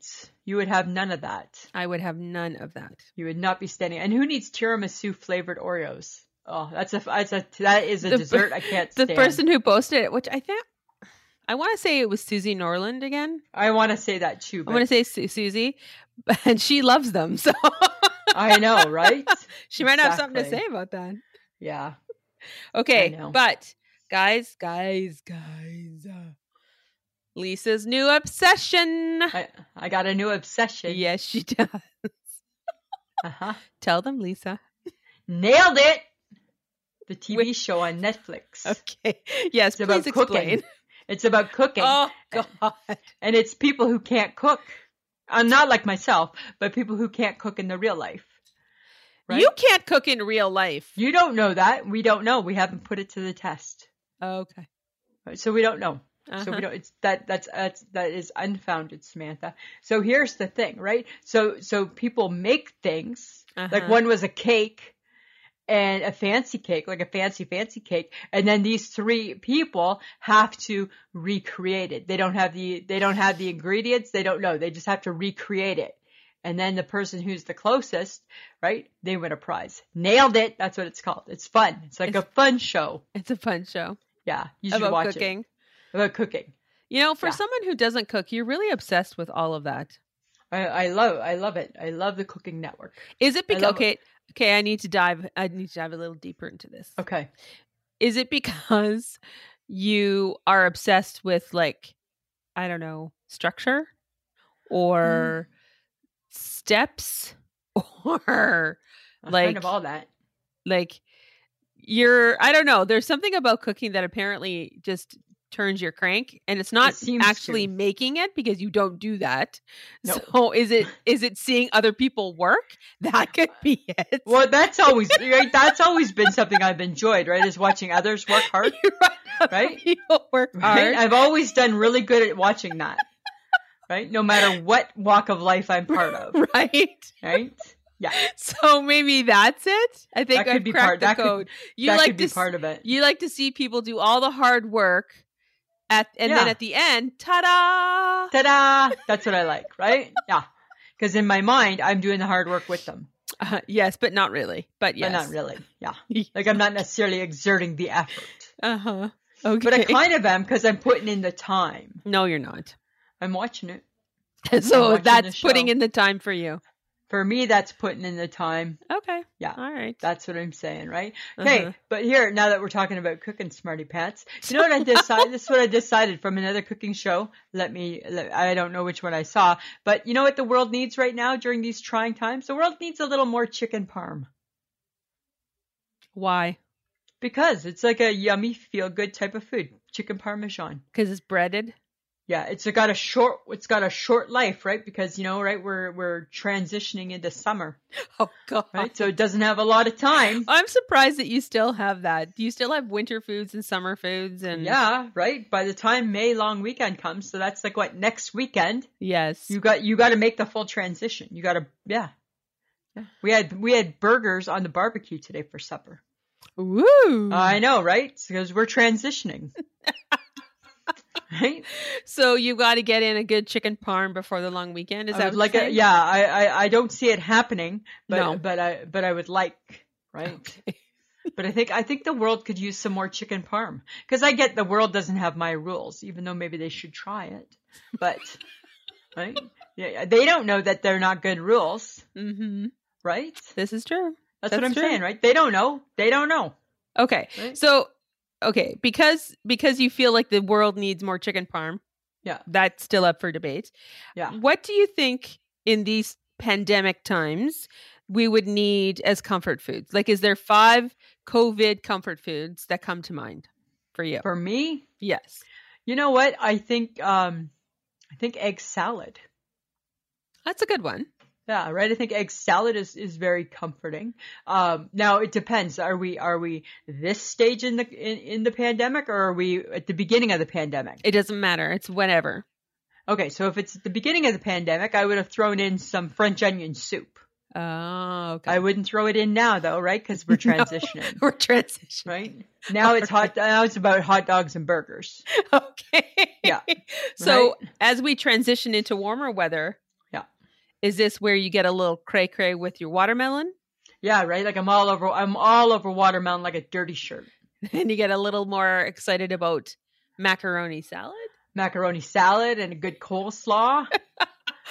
You would have none of that.
I would have none of that.
You would not be standing. And who needs tiramisu flavored Oreos? Oh, that's a that's a that is a
The per-
dessert I can't
The
stand.
person who posted it, which I think I want to say it was Susie Norland again.
I want to say that too,
I want to
but
say Su- Susie, and she loves them, so
I know, right?
she might have something to
Exactly.
say about that.
Yeah.
Okay,
know.
but guys, guys, guys, uh, Lisa's new obsession.
I I got a new obsession.
Yes, she does.
Uh-huh.
Tell them, Lisa.
Nailed it. The TV
With-
show on Netflix.
Okay. Yes,
It's about
please explain.
cooking. It's about cooking.
Oh God.
And it's people who can't cook. I'm not like myself, but people who can't cook in the real life. Right?
You can't cook in real life.
You don't know that. We don't know. We haven't put it to the test.
okay.
So we don't know. So
Uh-huh.
we don't. It's that. That's, that's that is unfounded, Samantha. So here's the thing, right? So so people make things. Like
Uh-huh.
one was a cake, and a fancy cake, like a fancy fancy cake, and then these three people have to recreate it. They don't have the they don't have the ingredients. They don't know. They just have to recreate it. And then the person who's the closest, right? They win a prize. Nailed it. That's what it's called. It's fun. It's like
It's-
a fun show.
It's a fun show
Yeah, you should
about
watch
cooking.
it. About cooking.
You know, for
Yeah.
someone who doesn't cook, you're really obsessed with all of that.
I, I love I love it. I love the cooking network.
Is it because
love it.
okay? Okay, I need to dive. I need to dive a little deeper into this.
Okay.
Is it because you are obsessed with like, I don't know, structure,
Mm.
or steps, or
I'm kind
Like-
of all that.
like you're I don't know. There's something about cooking that apparently just turns your crank and it's not
seems
actually
to.
making it because you don't do that.
No.
So is it is it seeing other people work? That could be it.
Well, that's always right. That's always been something I've enjoyed, right? Is watching others work hard,
You're right. Other
Right?
People work
right?
hard.
I've always done really good at watching that, right? No matter what walk of life I'm part of,
Right.
right?
So maybe that's it. I think
That could
I've
be
cracked
part-
the
that could-
code. you
that
like
could be
to s-
part of it.
you like to see people do all the hard work At and then
Yeah.
at the end, ta-da!
Ta-da! That's what I like, right? Yeah. Because in my mind, I'm doing the hard work with them,
Uh, yes, but not really. But yes,
but not really. Yeah. Like I'm not necessarily exerting the effort,
Uh
Uh-huh.
huh. Okay.
but I kind of am because I'm putting in the time.
no, you're not.
I'm watching it.
so
watching the
that's putting
show.
in the time for you.
For me, that's putting in the time.
Okay.
Yeah.
All right.
That's what I'm saying, right? Okay,
Uh-huh.
but here now that we're talking about cooking, smarty pants, you know what I decided? this is what I decided from another cooking show. Let me. Let, I don't know which one I saw, but you know what the world needs right now during these trying times? The world needs a little more chicken parm
Why?
because it's like a yummy, feel good type of food. Chicken parmesan.
Because it's breaded.
Yeah, it's got a short. It's got a short life, right? Because you know, right? We're we're transitioning into summer,
Oh God.
right? So it doesn't have a lot of time.
I'm surprised that you still have that. Do you still have winter foods and summer foods and
Yeah, right. By the time May long weekend comes, so that's like what next weekend.
Yes.
You got you got to make the full transition. You got to yeah. Yeah. We had we had burgers on the barbecue today for supper.
Woo.
I know, right? Because we're transitioning. right?
so you got to get in a good chicken parm before the long weekend. Is
I
that
would
what
like
you're
a,
saying?
yeah, I, I I don't see it happening, but
No.
but I but I would like, right? But I think I think the world could use some more chicken parm because I get the world doesn't have my rules, even though maybe they should try it. But right, yeah, they don't know that they're not good rules,
Mm-hmm.
right?
This is true.
That's,
That's
what I'm
true.
saying, right? They don't know. They don't know.
Okay.
Right?
So okay, because because you feel like the world needs more chicken parm.
Yeah.
That's still up for debate.
Yeah.
What do you think in these pandemic times we would need as comfort foods? Like is there five COVID comfort foods that come to mind for you?
For me,
Yes.
you know what? I think um I think egg salad.
That's a good one.
Yeah, right. I think egg salad is, is very comforting. Um, now it depends. Are we are we this stage in the in, in the pandemic, or are we at the beginning of the pandemic?
It doesn't matter. It's whenever.
Okay, so if it's at the beginning of the pandemic, I would have thrown in some French onion soup.
Oh, okay.
I wouldn't throw it in now, though, right? Because we're transitioning,
We're transitioning.
right? Now it's hot. Now it's about hot dogs and burgers.
Okay.
Yeah.
So as we transition into warmer weather,
Yeah.
is this where you get a little cray cray with your watermelon,
Yeah, right. Like I'm all over. I'm all over watermelon like a dirty shirt.
and you get a little more excited about macaroni salad?
Macaroni salad and a good coleslaw.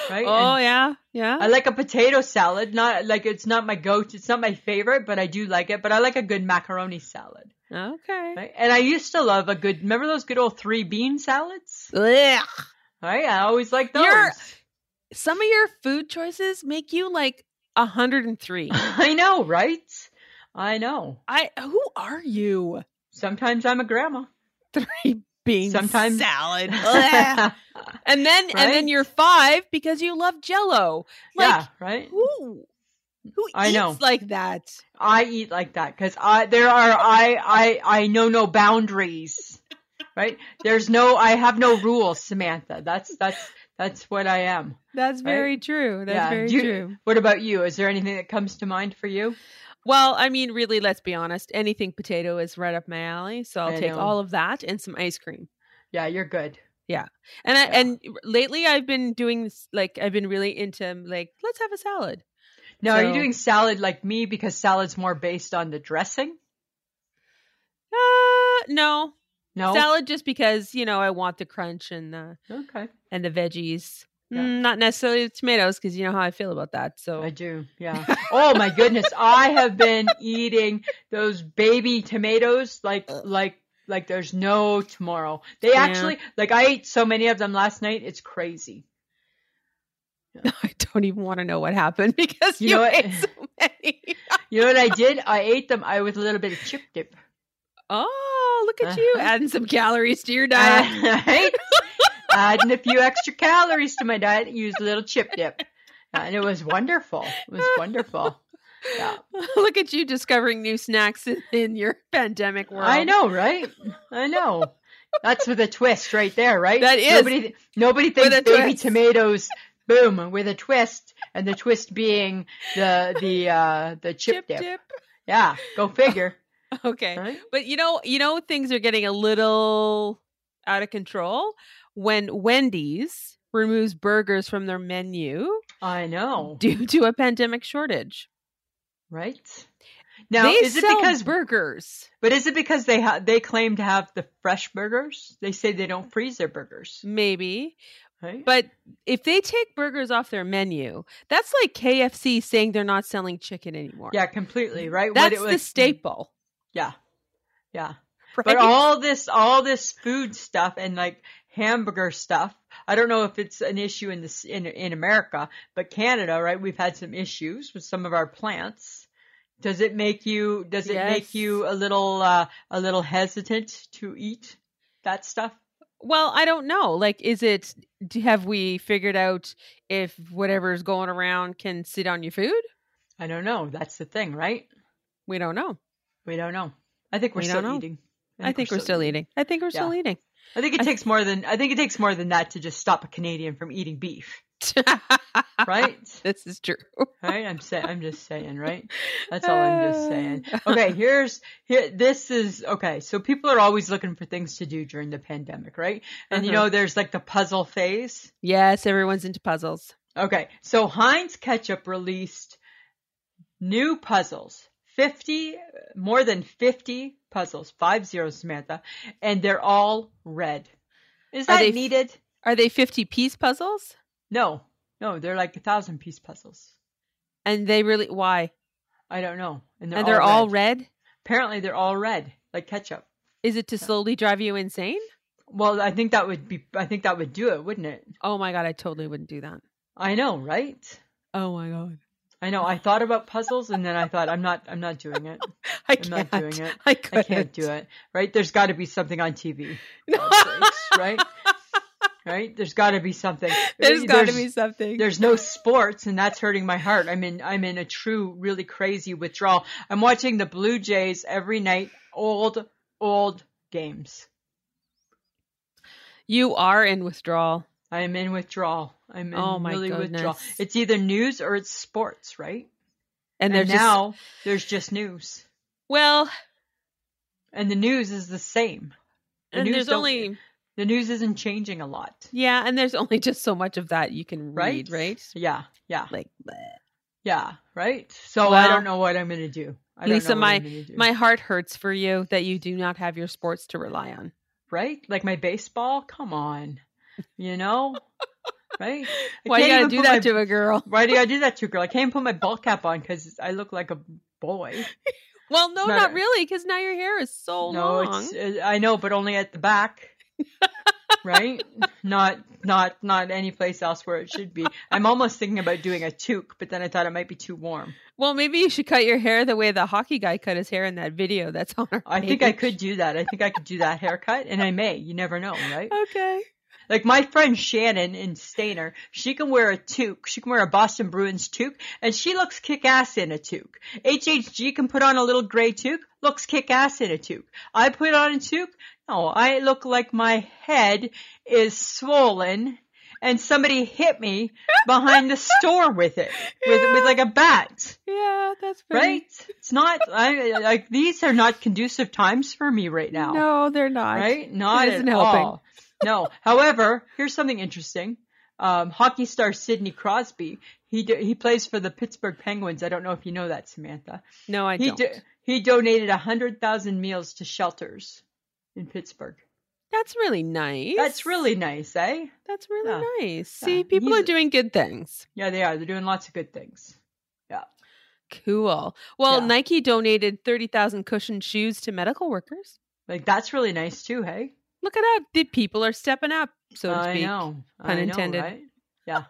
Right.
Oh
And-
yeah, yeah.
I like a potato salad. Not like it's not my goat. It's not my favorite, but I do like it. But I like a good macaroni salad.
okay.
Right? And I used to love a good. Remember those good old three bean salads?
Ugh.
Right. I always like those.
You're- Some of your food choices make you like hundred and three.
I know, right? I know.
I who are you?
Sometimes I'm a grandma.
Three beans
Sometimes-
salad. Ugh.
yeah.
and then and then
Right?
you're five because you love jello. Like
Right.
who who
I
eats
know.
like that?
I eat like that because I there are I I I know no boundaries. Right. There's no. I have no rules, Samantha. That's that's that's what I am.
That's
Right?
very true. That's
Yeah,
very
do you-
true.
What about you? Is there anything that comes to mind for you?
Well, I mean, really, let's be honest. Anything potato is right up my alley, so I'll
I
take
know.
all of that and some ice cream.
Yeah, you're good.
And I,
Yeah.
and lately, I've been doing this, like I've been really into like let's have a salad.
Now, are you
So-
doing salad like me because salad's more based on the dressing?
Uh, no.
No.
salad just because you know I want the crunch and the
Okay.
and the veggies.
Yeah.
Mm, not necessarily the tomatoes because you know how I feel about that. So
I do. Yeah. Oh my goodness, I have been eating those baby tomatoes like like like there's no tomorrow. They
Yeah.
actually like I ate so many of them last night. It's crazy.
I don't even want to know what happened because you,
You know what?
ate so many.
You know what I did? I ate them I with a little bit of chip dip.
Oh, look at you
Uh-huh.
adding some calories to your diet.
Uh, right? Adding a few extra calories to my diet, use a little chip dip. Uh, And it was wonderful. It was wonderful. Yeah.
Look at you discovering new snacks in, in your pandemic world.
I know, right? I know. That's with a twist right there, right?
That is.
Nobody, nobody thinks
a
baby
twist.
tomatoes, boom, with a twist, and the twist being the the uh, the
Chip
chip, dip. Uh-huh.
dip.
Yeah, go figure.
Okay.
Right?
But you know, you know things are getting a little out of control when Wendy's removes burgers from their menu
I know,
due to a pandemic shortage.
right? Now,
they
is it
sell
because
burgers?
But is it because they ha- they claim to have the fresh burgers? They say they don't freeze their burgers,
Maybe.
right?
But if they take burgers off their menu, that's like KFC saying they're not selling chicken anymore.
yeah, completely, right?
Mm-hmm. That's
it
the staple.
Yeah, yeah.
Right?
But all this all this food stuff and like hamburger stuff. I don't know if it's an issue in this in in America, but Canada, right? We've had some issues with some of our plants. Does it make you? Does it
Yes.
make you a little uh, a little hesitant to eat that stuff?
Well, I don't know. Like, is it, d- have we figured out if whatever's going around can sit on your food?
I don't know. That's the thing, right?
We don't know.
We don't know. I think we're
We don't
still
know.
eating.
I think, we're still eating. I think we're still eating.
I think it
I-
takes more than I think it takes more than that to just stop a Canadian from eating beef, right?
this is true.
right? I'm saying I'm just saying, right? That's all I'm
Uh.
just saying. Okay, here's here this is okay. So people are always looking for things to do during the pandemic, right? And you
Uh-huh.
know there's like the puzzle phase.
Yes, everyone's into puzzles.
Okay. So Heinz Ketchup released new puzzles. 50 more than 50 puzzles, 50 Samantha, and they're all red. Is
Are
that
they f-
needed?
Are they 50 piece puzzles?
No, no, they're like a thousand piece puzzles.
And they really, why?
I don't know. And they're,
and they're
all,
all
red.
red.
Apparently, they're all red, like ketchup.
Is it to slowly drive you insane?
Well, I think that would be. I think that would do it, wouldn't it?
Oh my God, I totally wouldn't do that.
I know, right?
Oh my God.
I know. I thought about puzzles, and then I thought, I'm not. I'm not doing it.
I
I'm
can't.
not doing it.
I,
I can't do it. Right? There's got to be something on TV. Sakes, right? Right? There's got to be something.
There's got to be something.
There's no sports, and that's hurting my heart. I'm in I'm in a true, really crazy withdrawal. I'm watching the Blue Jays every night, old, old games.
You are in withdrawal.
I am in withdrawal. I'm in
Oh, my
really withdrawal.
goodness.
It's either news or it's sports, right?
And,
And,
they're just,
now there's just news,
well,
and the news is the same. The
and
news
there's
don't-
only,
the news isn't changing a lot,
yeah, and there's only just so much of that you can
right?
read, right?
Yeah, yeah,
Like, bleh.
yeah. Right. So I
Well,
don't know what I'm gonna do. I don't
Lisa,
know what I'm gonna do.
my heart hurts for you that you do not have your sports to rely on.
right? Like my baseball? Come on. You know? right? I
Why you gotta
can't even
do
put
that
my-
to a girl?
Why do I do that to a girl? I can't even put my ball cap on because I look like a boy.
Well, no,
not
not,
a-
really, because now your hair is so
no,
long.
it's uh, I know, but only at the back. right? Not not not any place else where it should be. I'm almost thinking about doing a toque, but then I thought it might be too warm.
Well, maybe you should cut your hair the way the hockey guy cut his hair in that video that's on our
I think I
page.
could do that. I think I could do that haircut, and I may. You never know, right?
Okay.
Like my friend Shannon in Stainer, she can wear a toque. She can wear a Boston Bruins toque, and she looks kick ass in a toque. HHG can put on a little gray toque, looks kick ass in a toque. I put on a toque, no, I look like my head is swollen, and somebody hit me behind the store with it, with with like a bat.
Yeah, that's pretty.
Right? It's not. I like these are not conducive times for me right now
No, they're not.
right? Not
isn't
at
helping.
all. No. However, here's something interesting. Um, hockey star Sidney Crosby. He do, he plays for the Pittsburgh Penguins. I don't know if you know that, Samantha.
No, I
he
don't.
do- he donated a hundred thousand meals to shelters in Pittsburgh.
That's really nice.
That's really nice, eh?
That's really
yeah,
nice. See,
yeah.
people
He's-
are doing good things.
Yeah, they are. They're doing lots of good things.
Cool. Well,
Yeah.
Nike donated 30,000 cushioned shoes to medical workers.
Like that's really nice too, hey?
Look at that. The people are stepping up, so to
I
speak.
know.
Pun
I know,
intended.
right? Yeah.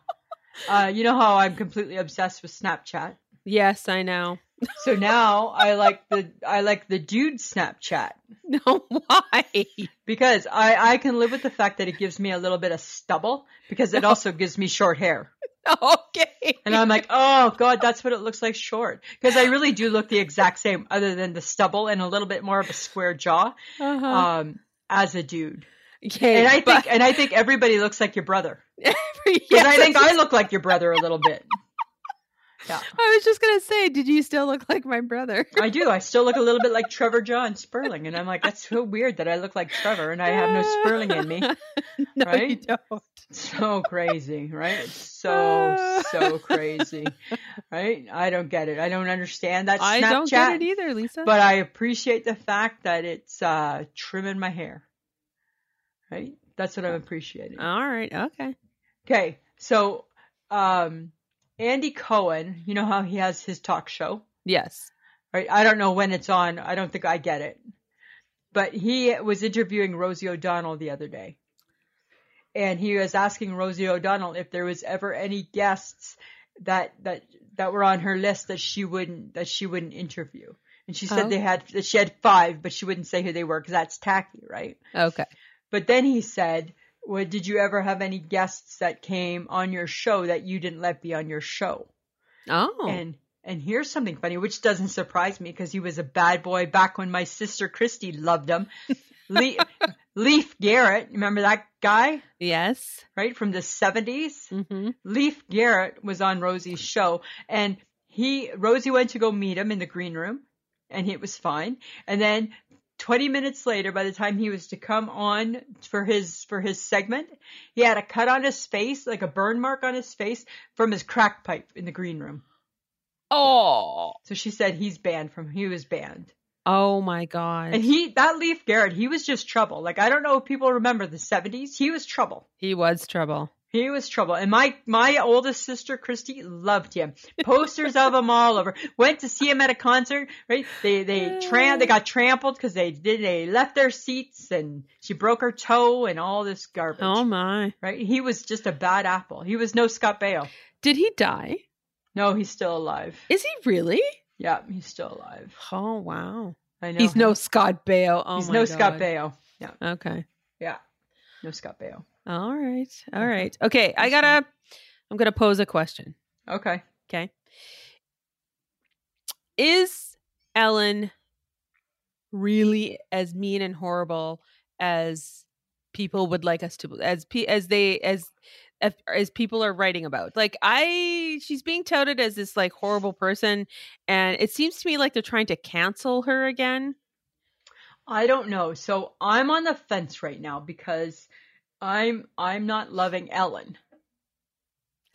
uh, you know how I'm completely obsessed with Snapchat.
Yes, I know.
So now I like the I like the dude Snapchat.
No, why?
because I, I can live with the fact that it gives me a little bit of stubble because it also gives me short hair.
okay.
And I'm like, oh God, that's what it looks like short. Because I really do look the exact same other than the stubble and a little bit more of a square jaw
Uh-huh.
um, as a dude.
okay.
And I think
but-
and I think everybody looks like your brother. Because
Yes,
I think
I-
I look like your brother a little bit. Yeah.
I was just gonna say, did you still look like my brother?
I do. I still look a little bit like Trevor John Sperling, and I'm like, that's so weird that I look like Trevor and I have no Sperling in me.
no, you
right?
don't.
So crazy, right? It's so so crazy, right? I don't get it. I don't understand that Snapchat,
I don't get it either, Lisa.
but I appreciate the fact that it's uh trimming my hair. Right? That's what I'm appreciating.
All right, okay.
Okay, so um, Andy Cohen, you know how he has his talk show,
Yes.
right? I don't know when it's on. I don't think I get it, but he was interviewing Rosie O'Donnell the other day, and he was asking Rosie O'Donnell if there was ever any guests that that that were on her list that she wouldn't that she wouldn't interview. And she said
Oh.
they had that she had five, but she wouldn't say who they were because that's tacky, right?
Okay.
But then he said, well, did you ever have any guests that came on your show that you didn't let be on your show?
Oh.
And and here's something funny, which doesn't surprise me because he was a bad boy back when my sister Christy loved him. Le- Leaf Garrett, remember that guy,
yes.
right from the 70s?
Mm-hmm.
Leaf Garrett was on Rosie's show and he Rosie went to go meet him in the green room and it was fine. And then 20 minutes later by the time he was to come on for his for his segment, he had a cut on his face, like a burn mark on his face from his crack pipe in the green room.
Oh.
So she said he's banned from he was banned.
Oh my god.
And he that Leaf Garrett, he was just trouble. Like I don't know if people remember the 70s, he was trouble.
he was trouble.
He was trouble. And my, my oldest sister, Christy, loved him. Posters of him all over. Went to see him at a concert, right? They, they tram, they got trampled because they did, they left their seats and she broke her toe and all this garbage,
Oh my.
right? He was just a bad apple. He was no Scott Baio.
Did he die?
No, he's still alive.
Is he really?
Yeah, he's still alive.
Oh wow.
I know.
He's
him.
no Scott Baio. Oh
he's
my
no
god.
Scott Baio.
Okay.
Yeah. No Scott Baio.
All right. All right. Okay. I gotta. I'm gonna pose a question.
Okay.
Okay. Is Ellen really as mean and horrible as people would like us to as pe- as they as as- as people are writing about? Like I she's being touted as this like horrible person and it seems to me like they're trying to cancel her again.
I don't know. So I'm on the fence right now because I'm, I'm not loving Ellen.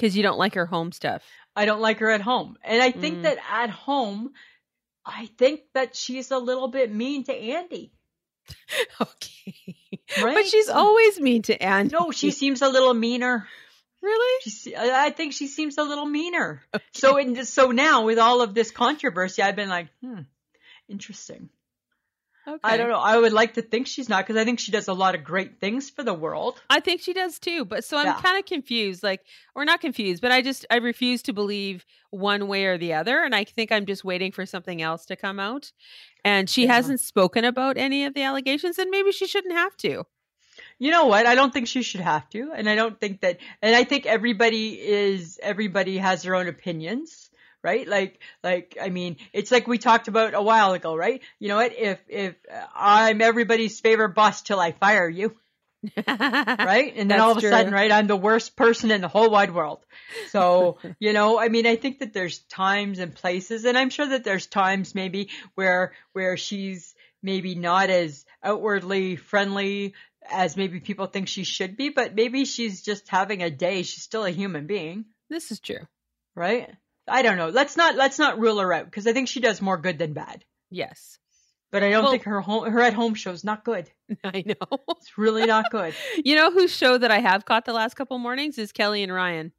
Cuz you don't like her home stuff.
I don't like her at home. And I think
Mm.
that at home, I think that she's a little bit mean to Andy.
Okay.
Right?
But she's always mean to Anne.
no, she seems a little meaner.
really?
She, se- I I think she seems a little meaner. So in, so now with all of this controversy, I've been like, hmm, interesting.
Okay.
I don't know. I would like to think she's not because I think she does a lot of great things for the world.
I think she does too, but so I'm
Yeah.
kind of confused. Like, or not confused, but I just I refuse to believe one way or the other, and I think I'm just waiting for something else to come out. And she
Yeah.
hasn't spoken about any of the allegations, and maybe she shouldn't have to.
You know what? I don't think she should have to, and I don't think that, and I think everybody is everybody has their own opinions, right? Like, like I mean, it's like we talked about a while ago, right? You know what? If if uh, I'm everybody's favorite boss till I fire you, right? And then
That's
all of a
true.
sudden, right, I'm the worst person in the whole wide world. So, you know, I mean, I think that there's times and places, and I'm sure that there's times maybe where where she's maybe not as outwardly friendly as maybe people think she should be, but maybe she's just having a day. She's still a human being,
This is true.
right? I don't know. Let's not let's not rule her out because I think she does more good than bad.
Yes,
But I don't
Well-
think her home, her at home show is not good.
I know.
It's really not good.
you know whose show that I have caught the last couple mornings is Kelly and Ryan.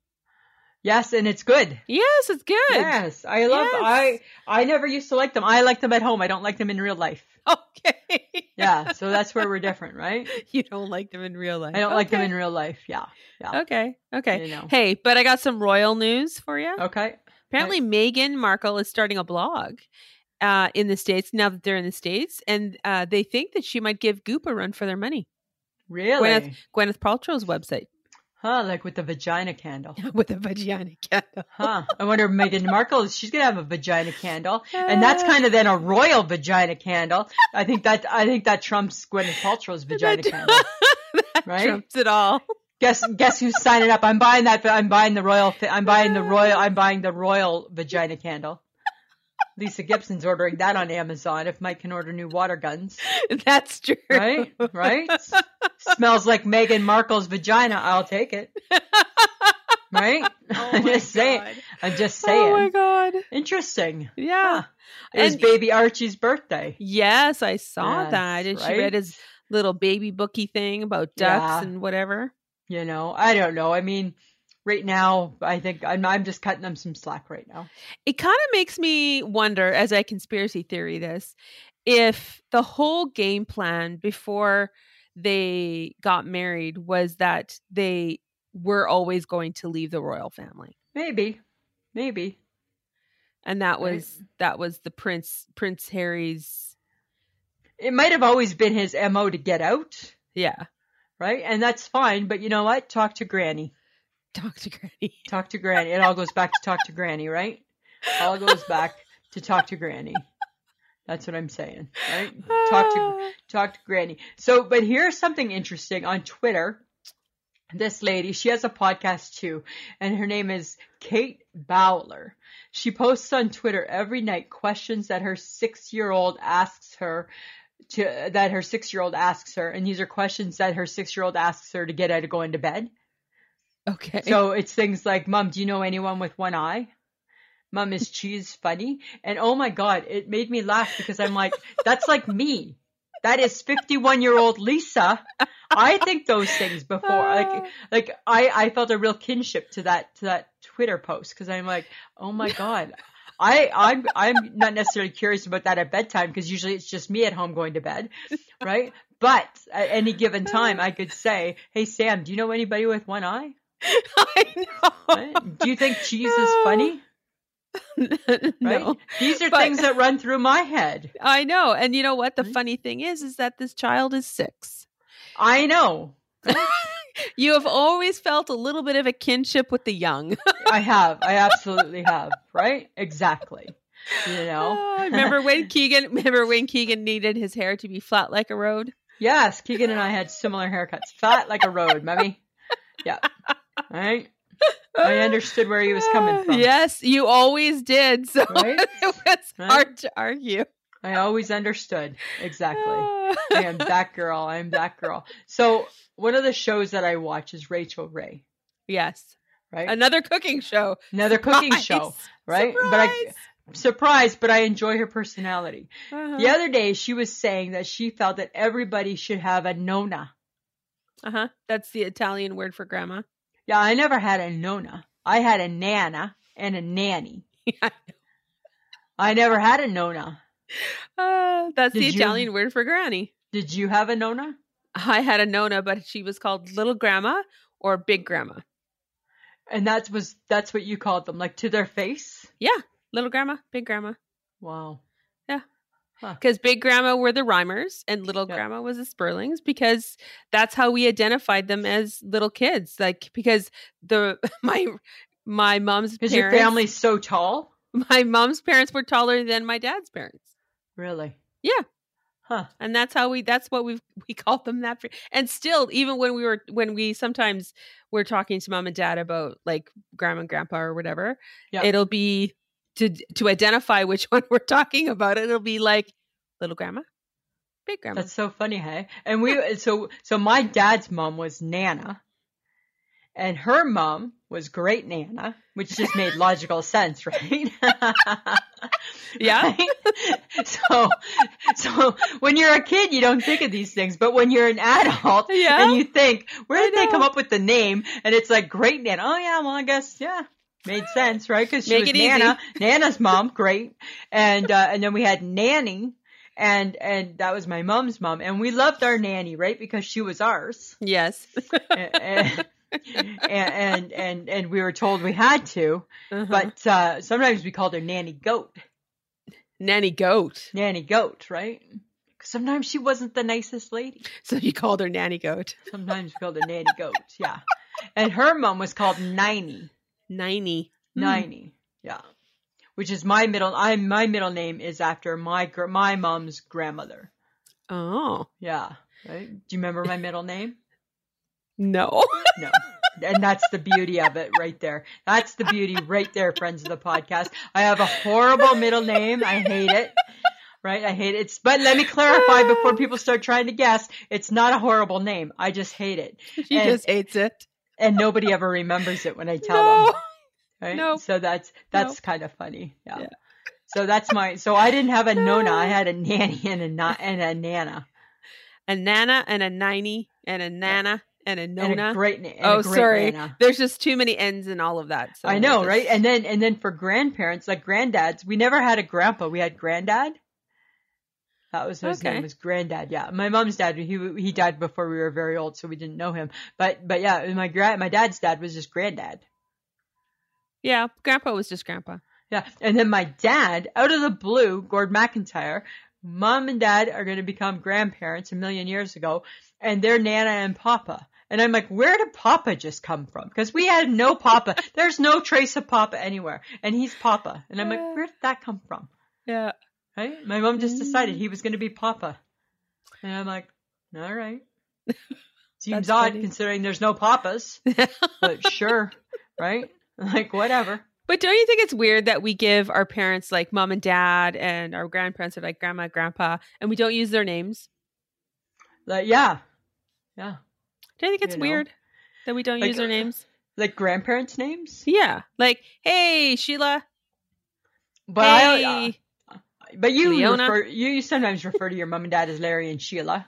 yes, and it's good.
Yes, it's good.
Yes, I love.
Yes.
I I never used to like them. I like them at home. I don't like them in real life.
Okay.
Yeah, so that's where we're different, right?
you don't like them in real life.
I don't like them in
Okay.
real life. Yeah,
Okay. Okay.
you know.
Hey, but I got some royal news for you.
Okay.
Apparently, Meghan Markle is starting a blog uh, in the States now that they're in the States, and uh, they think that she might give Goop a run for their money.
Really?
Gwyneth Paltrow's website
Huh? Like with the vagina candle.
with a vagina candle.
Huh? I wonder, Meghan Markle, is she's gonna have a vagina candle, and that's
Uh.
kind of then a royal vagina candle. I think that I think that trumps Gwyneth Paltrow's vagina
That-
candle.
that
right?
trumps it all.
Guess guess who's signing up? I'm buying that. I'm buying the royal. I'm buying the royal. I'm buying the royal vagina candle. Lisa Gibson's ordering that on Amazon. If Mike can order new water guns,
That's true.
right? Right? S- Smells like Meghan Markle's vagina. I'll take it. Right? I'm just saying. I'm just
Oh my
saying.
god.
Interesting.
Yeah.
Huh. It was
And-
baby Archie's birthday.
Yes, I saw
Yes,
that. And she
right?
read his little baby booky thing about ducks
Yeah.
and whatever.
You know, I don't know. I mean, right now, I think I'm, I'm just cutting them some slack right now.
It kind of makes me wonder, as I conspiracy theory this, if the whole game plan before they got married was that they were always going to leave the royal family.
Maybe, maybe.
And that
Right.
was that was the prince Prince Harry's
It might have always been his MO to get out,
yeah,
right? And that's fine. But you know what? Talk to Granny.
Dr. Granny.
Talk to Granny. It all goes back to talk to Granny, right? All goes back to talk to Granny. That's what I'm saying, right? Talk to
Ah.
talk to Granny. So, but here's something interesting on Twitter. This lady, she has a podcast too, and her name is Kate Bowler. She posts on Twitter every night questions that her six year old asks her to that her six year old asks her, and these are questions that her six year old asks her to get out of going to bed.
Okay.
Ah. So it's things like, Mom, do you know anyone with one eye? Mom, is cheese funny? And oh my God, it made me laugh because I'm like, that's like me. That is 51 year old Lisa. I think those things before. Like,
Ah.
like I, I felt a real kinship to that, to that Twitter post because I'm like, oh my God. I, I'm, I'm not necessarily curious about that at bedtime because usually it's just me at home going to bed, right? But at any given time, I could say, hey, Sam, do you know anybody with one eye?
I know.
Right? Do you think cheese is funny? Right?
No.
These are
but-
things that run through my head.
I know. And you know what? The
Right?
funny thing is, is that this child is six.
I know.
You have always felt a little bit of a kinship with the young.
I have. I absolutely have. Right? Exactly. You know?
I remember when Keegan remember when Keegan needed his hair to be flat like a road?
Yes, Keegan and I had similar haircuts. Fat like a road, mummy. Yeah. All right. I understood where he was coming from.
Yes, you always did. So
Right?
it was
Right?
hard to argue.
I always understood. Exactly.
Ah.
I am that girl. I am that girl. So one of the shows that I watch is Rachel Ray,
yes.
right?
Another cooking show.
Another cooking
Surprise!
show. right? But I-
Surprise!
Surprised, but I enjoy her personality.
uh-huh.
The other day, she was saying that she felt that everybody should have a nona.
Uh-huh. That's the Italian word for grandma.
Yeah, I never had a nona. I had a nana and a nanny.
Yeah.
I never had a nona.
Uh, that's the
Did you-
Italian word for granny.
Did you have a nona?
I had a Nona, but she was called Little Grandma or Big Grandma.
And that was that's what you called them, like to their face.
Little Grandma, Big Grandma.
Wow.
Because Big Grandma were the Rhymers and Little
Yeah.
Grandma was the Spurlings because that's how we identified them as little kids. Like because the my my mom's
Is
parents,
your family so tall?
my mom's parents were taller than my dad's parents.
Really?
Yeah.
Huh.
and that's how we that's what we've we called them that for, and still even when we were when we sometimes we're talking to mom and dad about like grandma and grandpa or whatever
Yeah.
it'll be to to identify which one we're talking about it'll be like little grandma big grandma
That's so funny, hey? And we so so my dad's mom was Nana, and her mom was Great Nana, which just made logical sense, right?
yeah
Right? So so when you're a kid, you don't think of these things, but when you're an adult
Yeah.
and you think, where
I
did they
know.
come up with the name? And it's like Great Nana. Oh yeah, well I guess yeah. Made sense, right? Because she
Make
was
it easy.
Nana, Nana's mom, great, and uh, and then we had Nanny, and and that was my mom's mom and we loved our nanny right because she was ours
yes
and and, and and and we were told we had to
Uh-huh.
but uh sometimes we called her nanny goat
nanny goat
nanny goat right 'Cause sometimes she wasn't the nicest lady
so you called her nanny goat
sometimes we called her nanny goat yeah and her mom was called ninety
ninety
ninety yeah which is my middle i my middle name is after my gr- my mom's grandmother
oh
yeah right do you remember my middle name
No.
No. And that's the beauty of it right there. That's the beauty right there, friends of the podcast. I have a horrible middle name. I hate it. Right? I hate it. It's, but let me clarify before people start trying to guess. It's not a horrible name. I just hate it.
She
And-
just hates it.
And nobody ever remembers it when I tell them.
No.
Right?
Nope.
So that's that's
Nope.
kind of funny. Yeah.
Yeah.
So that's my so I didn't have a Nona, I had a nanny and a na- and a nana.
A nana and a ninety and a nana and a nona.
And a great na- and a
oh,
great
sorry.
nana.
There's just too many ends in all of that. So
I know,
just-
right? And then and then for grandparents, like granddads, we never had a grandpa. We had granddad. That was his
Okay.
name was granddad. Yeah, my mom's dad. He he died before we were very old, so we didn't know him. But but yeah, my grand my dad's dad was just granddad.
yeah, grandpa was just grandpa.
Yeah, and then my dad, out of the blue, Gord McIntyre, mom and dad are going to become grandparents a million years ago, and they're Nana and Papa. And I'm like, where did Papa just come from? Because we had no Papa. There's no trace of Papa anywhere, and he's Papa. And I'm
Yeah.
like, where did that come from?
Yeah.
Right? My mom just decided he was going to be Papa, and I'm like, all right. Seems
That's
odd
funny.
considering there's no Papas, but sure, right? Like whatever.
But don't you think it's weird that we give our parents like mom and dad and our grandparents are like grandma, grandpa, and we don't use their names?
Like yeah, yeah.
Don't you think it's
You know.
weird that we don't
Like,
use their
uh,
names?
like grandparents' names.
Yeah. Like, hey, Sheila.
But
hey.
I, uh, but you
Leona.
refer you, you sometimes refer to your mom and dad as Larry and Sheila,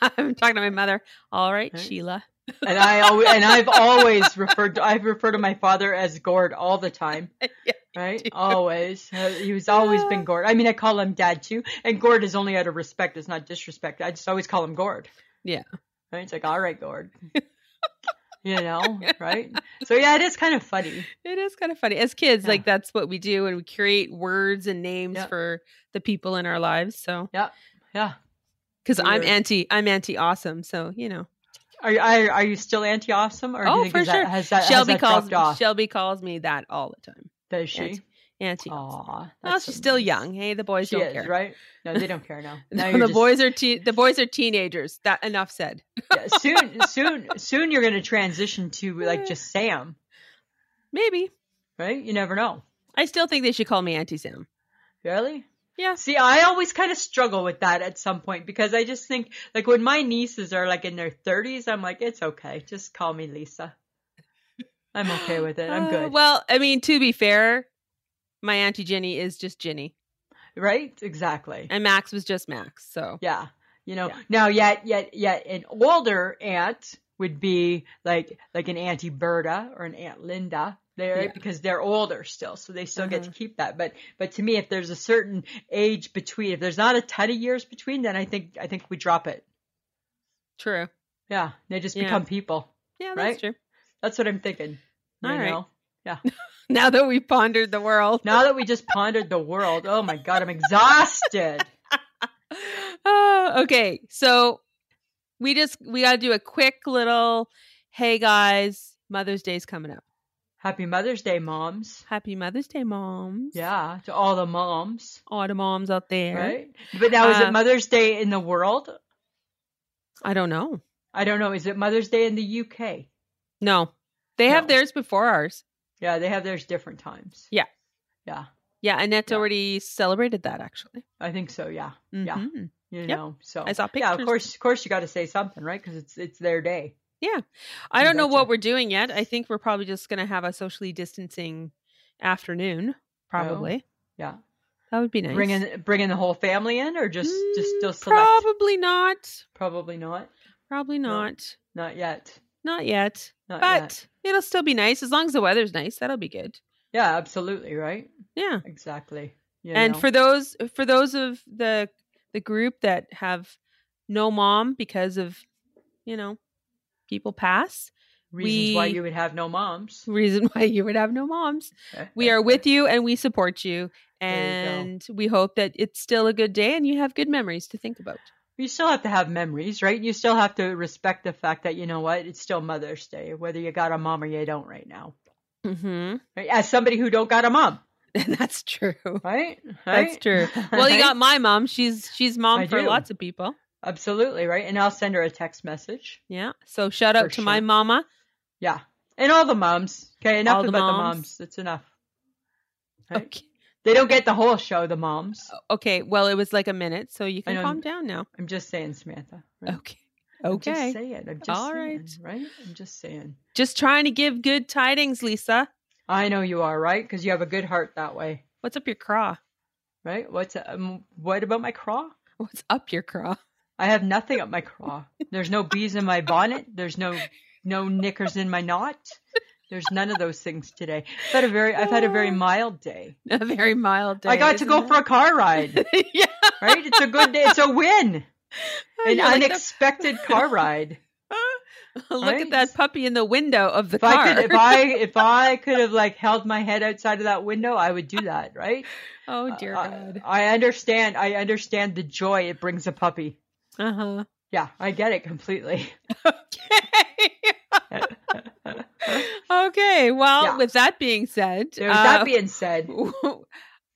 I'm talking to my mother. All right,
Right.
Sheila.
and I always, and I've always referred to I've referred to my father as Gord all the time.
Yeah,
Right,
do.
always. Uh, He's always been Gord. I mean, I call him Dad too, and Gord is only out of respect. It's not disrespect. I just always call him Gord.
Yeah.
Right. It's like, all right, Gord. you know. Right. So yeah, it is kind of funny.
It is kind of funny. As kids,
Yeah.
like that's what we do, and we create words and names
Yeah.
for the people in our lives. So,
Yeah.
because I'm
Weird.
anti, I'm anti awesome. So you know,
Are you are, are you still anti awesome, or do
Oh,
you think
for
is
sure.
that, has that has
Shelby
that
calls
dropped off?
Shelby calls me that all the time.
Does she?
Anti- Anti. awesome.
Aw,
Well,
that's
she's
so
still
nice.
young. Hey, the boys
She
don't
is,
care.
right? No, they don't care now. now
the
you're just-
boys are te- the boys are teenagers. That enough said.
yeah, soon, soon, soon. You're going to transition to like just Sam,
Maybe
right? You never know.
I still think they should call me Auntie Sam.
Really?
Yeah.
See, I always kind of struggle with that at some point because I just think like when my nieces are like in their 30s, I'm like, it's okay, just call me Lisa. I'm okay with it. I'm
Uh,
good.
well, I mean, to be fair, my auntie Ginny is just Ginny,
right? Exactly.
and Max was just Max. So
Yeah. You know,
Yeah.
now yet yet yet an older aunt would be like like an Auntie Berta or an Aunt Linda. They're
Yeah.
because they're older still, so they still get to
Uh-huh.
keep that. But but to me, if there's a certain age between, if there's not a ton of years between, then I think I think we drop it.
true.
Yeah, they just
Yeah.
become people.
Yeah, that's
Right?
true.
That's what I'm thinking. You
All right.
know?
Now that we pondered the world,
Now that we just pondered the world, oh my god, I'm exhausted.
oh, okay. So we just we got to do a quick little. Hey guys, Mother's Day's coming up.
Happy Mother's Day, moms.
Happy Mother's Day, moms.
Yeah, to all the moms.
all the moms out there.
Right? But now is it
Um,
Mother's Day in the world?
I don't know.
I don't know. Is it Mother's Day in the UK?
No, they have
No.
theirs before ours.
Yeah, they have theirs different times.
Yeah.
Yeah.
Yeah, Annette
Yeah.
already celebrated that actually.
I think so, yeah. Yeah.
Mhm.
You
Yep.
know. So
I saw
Yeah, of
pictures.
course of course you gotta say something, right? Because it's it's their day.
I don't know
Gotcha.
what we're doing yet. I think we're probably just going to have a socially distancing afternoon.
Oh.
Probably
Yeah.
that would be nice.
Bringing bringing the whole family in or just just
Mm,
still select?
Probably not.
Probably not.
Probably
No.
not.
Not yet.
Not yet.
Not yet.
but it'll still be nice as long as the weather's nice. That'll be good.
Yeah, absolutely, right?
Yeah.
Exactly. You
and
know.
for those for those of the the group that have no mom because of you know people pass
reasons why
we-
you would have no moms.
reason why you would have no moms we are with you and we support you
There you go.
and we hope that it's still a good day and you have good memories to think about
you still have to have memories, right? You still have to respect the fact that you know what, it's still Mother's Day, whether you got a mom or you don't right now.
mm-hmm.
Right? As somebody who don't got a mom,
that's true
right?
That's
Right?
true. well you
Right?
got my mom she's she's mom
I
for
do.
lots of people
Absolutely, right? And I'll send her a text message.
Yeah. So shout
For
out to my
sure.
mama.
Yeah. And all the moms. Okay, enough
All the
about the
moms.
moms. It's enough. Right.
Okay.
They don't get the whole show, the moms.
okay. Well, it was like a minute, so you
I
can
know.
calm down now.
I'm just saying, Samantha.
Okay.
right? I'm just
Oh, Okay. Just,
saying. I'm just
All
saying,
right.
right. I'm just saying.
trying to give good tidings, Lisa.
I know you are, right? Because you have a good heart that way,
What's up your craw?
right? What's um, what about my craw?
What's up your craw?
I have nothing up my craw. There's no bees in my bonnet. There's no no knickers in my knot. There's none of those things today. I've had a very I've had a very mild day.
A very mild day.
I got to go for a car ride.
a yeah.
Right? It's a good day. It's a win. An
You're like,
unexpected car ride.
Look
right?
at that puppy in the window of the
If
car.
I could if I if I could have like held my head outside of that window, I would do that, right?
oh dear
I-
God.
I understand. I understand the joy it brings a puppy.
Uh huh.
Yeah, I get it completely.
Okay. okay. Well,
Yeah.
with that being said,
So that
uh,
being said,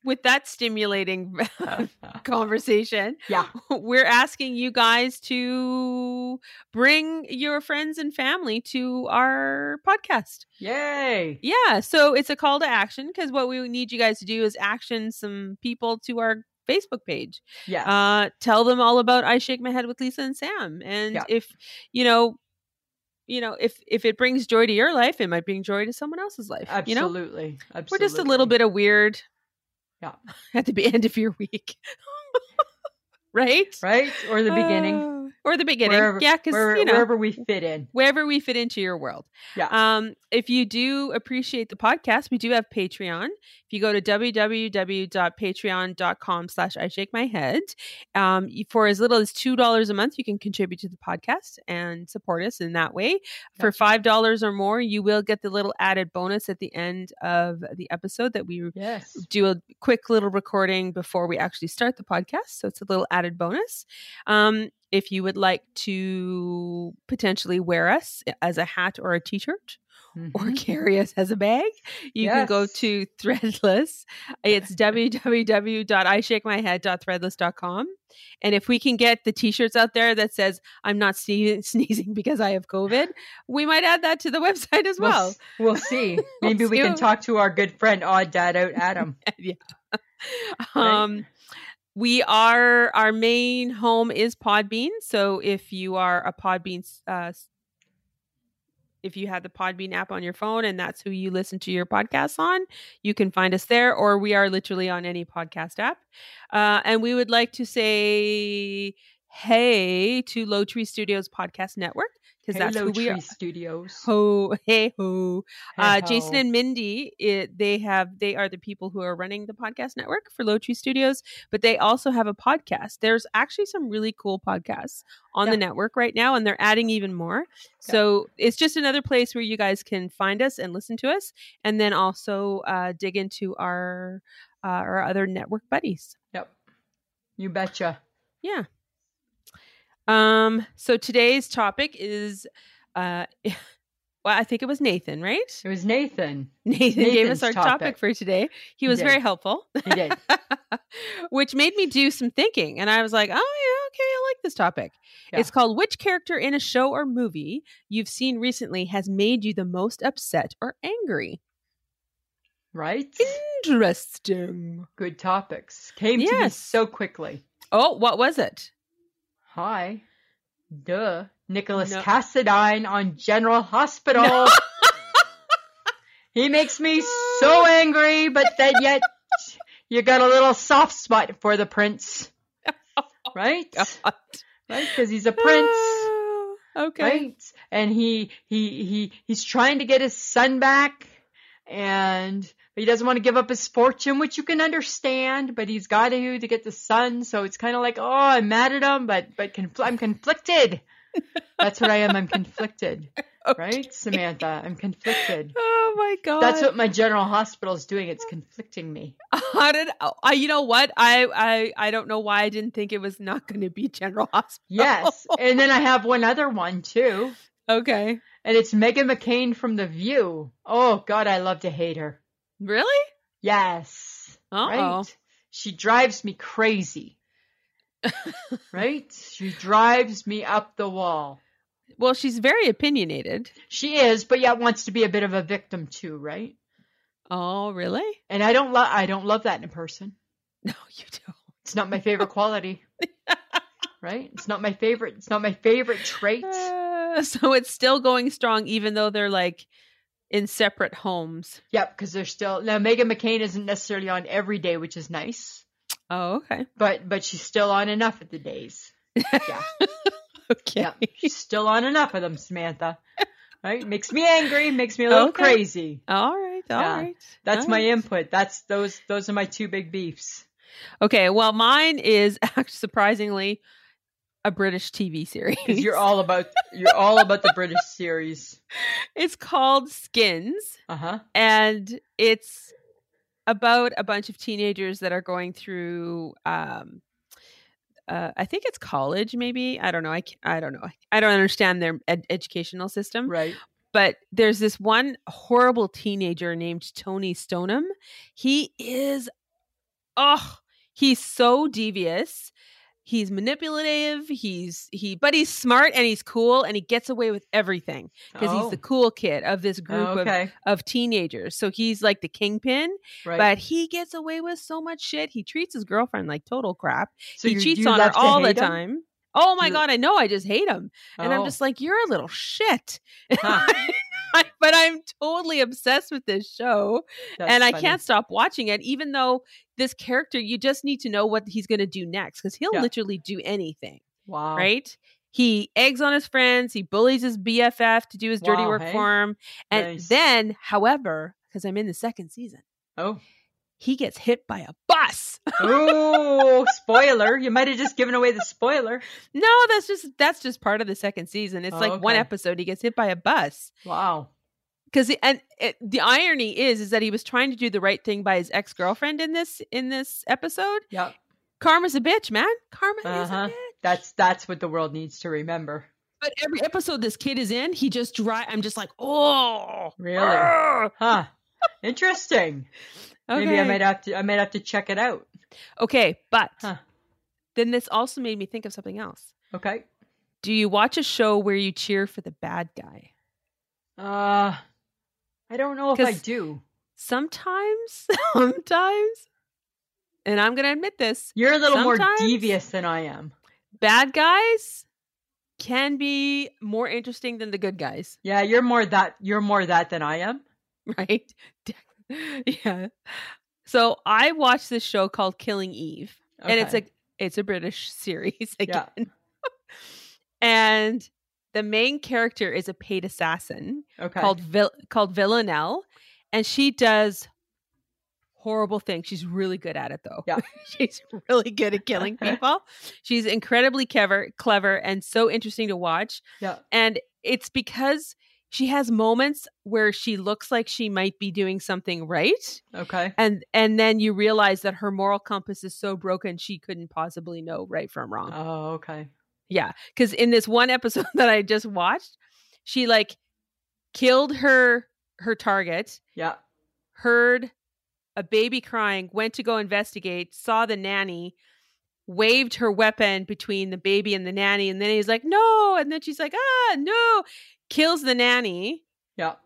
with that stimulating conversation,
yeah,
we're asking you guys to bring your friends and family to our podcast.
yay.
Yeah. So it's a call to action because what we need you guys to do is action some people to our Facebook page.
Yeah.
Uh, tell them all about I Shake My Head with Lisa and Sam. And
Yeah.
if, you know, you know, if if it brings joy to your life, it might bring joy to someone else's life. You know,
Absolutely. Absolutely.
we're just a little bit of weird.
Yeah.
At the end of your week. right?
right or the beginning,
Uh, or the beginning.
Wherever-
yeah, because
wherever,
you know wherever.
wherever we fit in.
we fit into your world.
Yeah.
Um, if you do appreciate the podcast, we do have Patreon. If you go to www.patreon.com slash I shake my head, um, you- for as little as two dollars a month, you can contribute to the podcast and support us in that way. For
Gotcha.
five dollars or more, you will get the little added bonus at the end of the episode that we
Yes.
do a quick little recording before we actually start the podcast. So it's a little added bonus. Um, if you would like to potentially wear us as a hat or a t shirt or
Mhm.
carry us as a bag, you can go
Yes.
to Threadless. It's www.ishakemyhead.threadless.com. And if we can get the t shirts out there that says, I'm not sne- sneezing because I have COVID, we might add that to the website as
We'll,
well.
s- we'll see. Maybe we
see
can
what-
talk to our good friend Odd Dad Out Adam. Right.
Um, we are our main home is Podbean. So if you are a Podbean, s- uh, s- if you have the Podbean app on your phone and that's who you listen to your podcasts on, you can find us there. Or we are literally on any podcast app. Uh, and we would like to say hey to Low Tree Studios Podcast Network because that's
Hello,
who we
Tree
are.
Studios.
Ho hey ho. Uh, Jason
Hello.
and Mindy, it, they have they are the people who are running the podcast network for Low Tree Studios, but they also have a podcast. There's actually some really cool podcasts on the
Yeah.
network right now, and they're adding even more. So it's just another place where you guys can find us and listen to us, and then also uh, dig into our uh, our other network buddies.
Yep. You betcha.
Yeah. Um. So today's topic is, uh, well, I think it was Nathan, right?
It was Nathan.
Nathan gave us
Nathan's
our topic.
topic.
for today. He
He
was
did.
very helpful,
He did.
which made me do some thinking. And I was like, oh, yeah, okay, I like this topic. It's
Yeah.
called Which Character in a Show or Movie You've Seen Recently Has Made You the Most Upset or Angry?
right?
Interesting.
Good topics. Came to me
Yes.
so quickly.
Oh, what was it?
Hi. Duh. Nicholas
No.
Cassadine on General Hospital. he makes me so angry, but then yet you got a little soft spot for the prince. Right?
God.
Right? Because he's a prince.
Oh, okay.
Right? And he he he he's trying to get his son back and he doesn't want to give up his fortune, which you can understand, but he's got to to get the son, so it's kind of like, "Oh, I'm mad at him, but but confl- I'm conflicted." That's what I am. I'm conflicted,
Okay.
right, Samantha? I'm conflicted.
Oh my god.
That's what my general hospital is doing. It's conflicting me.
How did I? You know what? I I I don't know why I didn't think it was not going to be General Hospital.
Yes. And then I have one other one too,
Okay.
and it's Megan McCain from The View. Oh God, I love to hate her.
Really?
Yes.
Uh oh.
Right. She drives me crazy. right? She drives me up the wall.
Well, she's very opinionated.
She is, but yet wants to be a bit of a victim too, right?
Oh, really?
And I don't love I don't love that in a person.
No, you don't.
It's not my favorite quality. right? It's not my favorite. It's not my favorite trait.
Uh, so it's still going strong, even though they're like in separate homes.
Yep, because they're still now Megan McCain isn't necessarily on every day, which is nice.
Oh, okay.
But but she's still on enough of the days. Yeah.
Okay.
yeah. She's still on enough of them, Samantha. Right? Makes me angry, makes me a little
Okay.
crazy.
All right. All right.
Yeah, That's
all
my
right.
input. That's those those are my two big beefs.
Okay. Well, mine is act- surprisingly a British TV series.
'Cause you're all about you're all about the British series.
It's called Skins,
Uh-huh.
and it's about a bunch of teenagers that are going through. Um, uh, I think it's college, maybe. I don't know. I can't, I don't know. I don't understand their ed- educational system.
Right.
but there's this one horrible teenager named Tony Stoneham. He is, oh, he's so devious. He's manipulative. He's he, but he's smart and he's cool and he gets away with everything because he's the cool kid of this group
Oh, okay.
of, of teenagers. So he's like the kingpin,
right.
but he gets away with so much shit. He treats his girlfriend like total crap.
so
he
you-
cheats
you
on her
love to
all the
hate him?
time. Oh my
You-
god, I know. I just hate him, and I'm
Oh.
just like, you're a little shit.
Huh.
I- but I'm totally obsessed with this show
That's
and I
funny.
can't stop watching it, even though this character, you just need to know what he's going to do next because he'll
Yeah.
literally do anything,
Wow.
right? He eggs on his friends, he bullies his BFF to do his dirty
Wow,
work
hey?
for him. And
Nice.
then, however, because I'm in the second season,
Oh.
he gets hit by a bus.
Ooh, spoiler. You might have just given away the spoiler.
no, that's just that's just part of the second season. It's
Oh,
like one
okay.
episode he gets hit by a bus.
Wow.
because and it, the irony is is that he was trying to do the right thing by his ex-girlfriend in this in this episode
Yep.
karma's a bitch man karma is a
Uh-huh.
bitch
That's that's what the world needs to remember.
but every episode this kid is in he just dry i'm just like oh
Really?
argh."
Huh. Interesting.
okay
Maybe I might have to I might have to check it out.
okay but
Huh.
then this also made me think of something else
Okay.
do you watch a show where you cheer for the bad guy
Uh I don't know if I
'Cause-
do.
sometimes sometimes and i'm gonna admit this
You're a little more
Sometimes-
devious than I am.
bad guys can be more interesting than the good guys,
Yeah, you're more that you're more that than I am.
right? yeah. So I watched this show called Killing Eve, and it's a
Okay.
it's a British series again.
Yeah.
and the main character is a paid assassin
okay.
called Vil- called Villanelle, and she does horrible things. She's really good at it though.
Yeah.
She's really good at killing people. She's incredibly clever, clever, and so interesting to watch.
yeah.
And it's because she has moments where she looks like she might be doing something right.
Okay.
And and then you realize that her moral compass is so broken she couldn't possibly know right from wrong.
Oh, okay.
Yeah. Cause in this one episode that I just watched, she like killed her her target,
Yeah.
heard a baby crying, went to go investigate, saw the nanny, waved her weapon between the baby and the nanny, and then he's like, no. And then she's like, ah, no. Kills the nanny.
Yeah.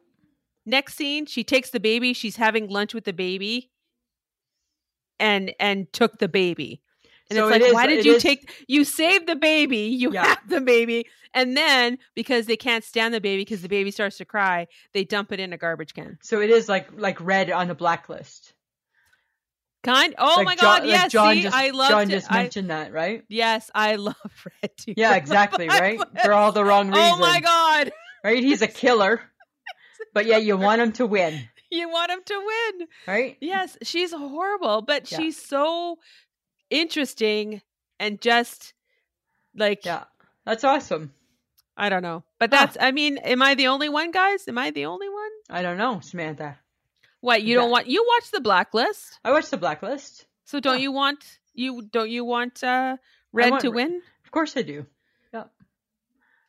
Next scene, she takes the baby. She's having lunch with the baby and and took the baby. And
So
it's like,
it is-
why did
it
you
is-
take you saved the baby, you
Yeah.
have the baby, and then because they can't stand the baby because the baby starts to cry, they dump it in a garbage can.
So it is like like red on the blacklist.
Kind. Oh
Like
my
John-
God!
like
Yes,
John
see,
just,
I love
John
it.
just
I-
mentioned that, right?
yes, I love Red. Deer
Yeah,
Road
exactly, right?
Blacklist.
For all the wrong reasons.
Oh my God!
Right? He's a killer. But yeah, you want him to win,
You want him to win?
right?
Yes, she's horrible, but
Yeah.
she's so interesting and just like
Yeah. That's awesome.
I don't know. But that's. I mean, am I the only one, guys? Am I the only one?
I don't know, Samantha.
What you don't
Yeah.
want? You watch the Blacklist,
I watched the blacklist.
so don't
Yeah.
you want you don't you want uh Red
want
to
Red.
win?
Of course I do. Yeah.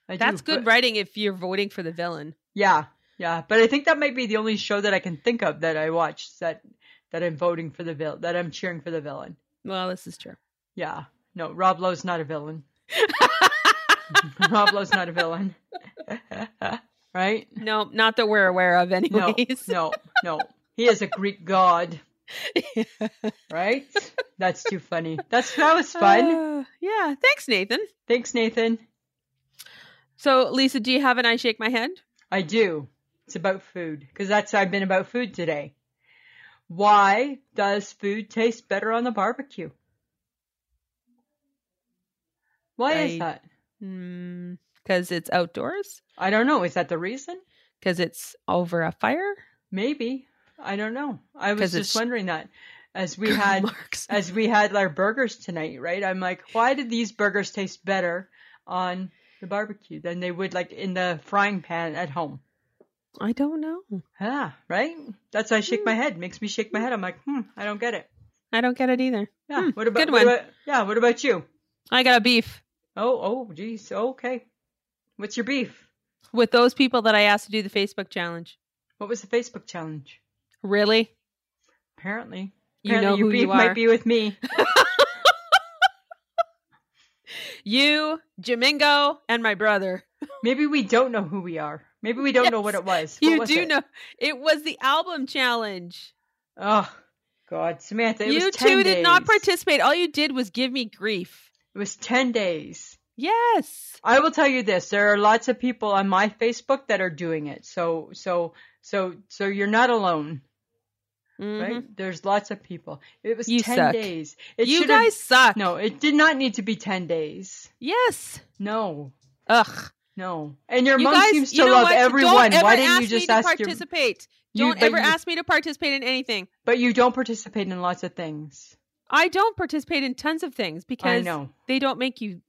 I do,
That's good
but-
writing if you're voting for the villain.
Yeah. Yeah. But I think that might be the only show that I can think of that I watched that that I'm voting for the villain that I'm cheering for the villain.
Well, this is true.
Yeah. No, Rob Lowe's not a villain. Rob Lowe's not a villain. right?
No, not that we're aware of,
No,
anyways.
no, no. He is a Greek god, right? That's too funny. That's that was fun.
Uh, yeah. Thanks, Nathan.
Thanks, Nathan.
So, Lisa, do you have an I shake my head?
I do. It's about food because that's I've been about food today. Why does food taste better on the barbecue? Why
I-
is that?
Because Hmm, it's outdoors?
I don't know. Is that the reason?
Because it's over a fire?
Maybe. I don't know. I
'Cause
was
it's-
just wondering that as we had
marks.
as we had our burgers tonight, right? I'm like, why did these burgers taste better on the barbecue than they would like in the frying pan at home?
I don't know.
Ah, right? That's why I shake my
Hmm.
head. Makes me shake my head. I'm like, hmm, I don't get it.
I don't get it either.
Yeah.
Hmm,
what about,
good
what
one.
about yeah, what about you?
I got a beef
Oh, oh geez. Okay. What's your beef?
with those people that I asked to do the Facebook challenge.
What was the Facebook challenge?
Really?
Apparently.
You
Apparently
know
your
who
beef
you
might
are.
be with me.
You, Jamingo, and my brother.
Maybe we don't know who we are. Maybe we don't know what
Yes.
it was. What
You
was
do
it?
know it was the album challenge.
Oh God, Samantha, it
you
was 10
two did not
days.
participate. All you did was give me grief.
It was 10 days.
Yes.
I will tell you this, there are lots of people on my Facebook that are doing it. So so so so you're not alone,
Mhm.
right? There's lots of people. It was
You
10
suck.
days. It
You
should have-
guys suck.
No, it did not need to be 10 days.
Yes.
No.
Ugh.
No. And your
you
mom
guys,
seems to
you know
love
what?
everyone.
Don't ever
Why didn't
ask
you just
me
ask
to
your
participate?
you-
don't
but
ever
you-
ask me to participate in anything.
But you don't participate in lots of things.
I don't participate in tons of things
I
because
know.
they don't make you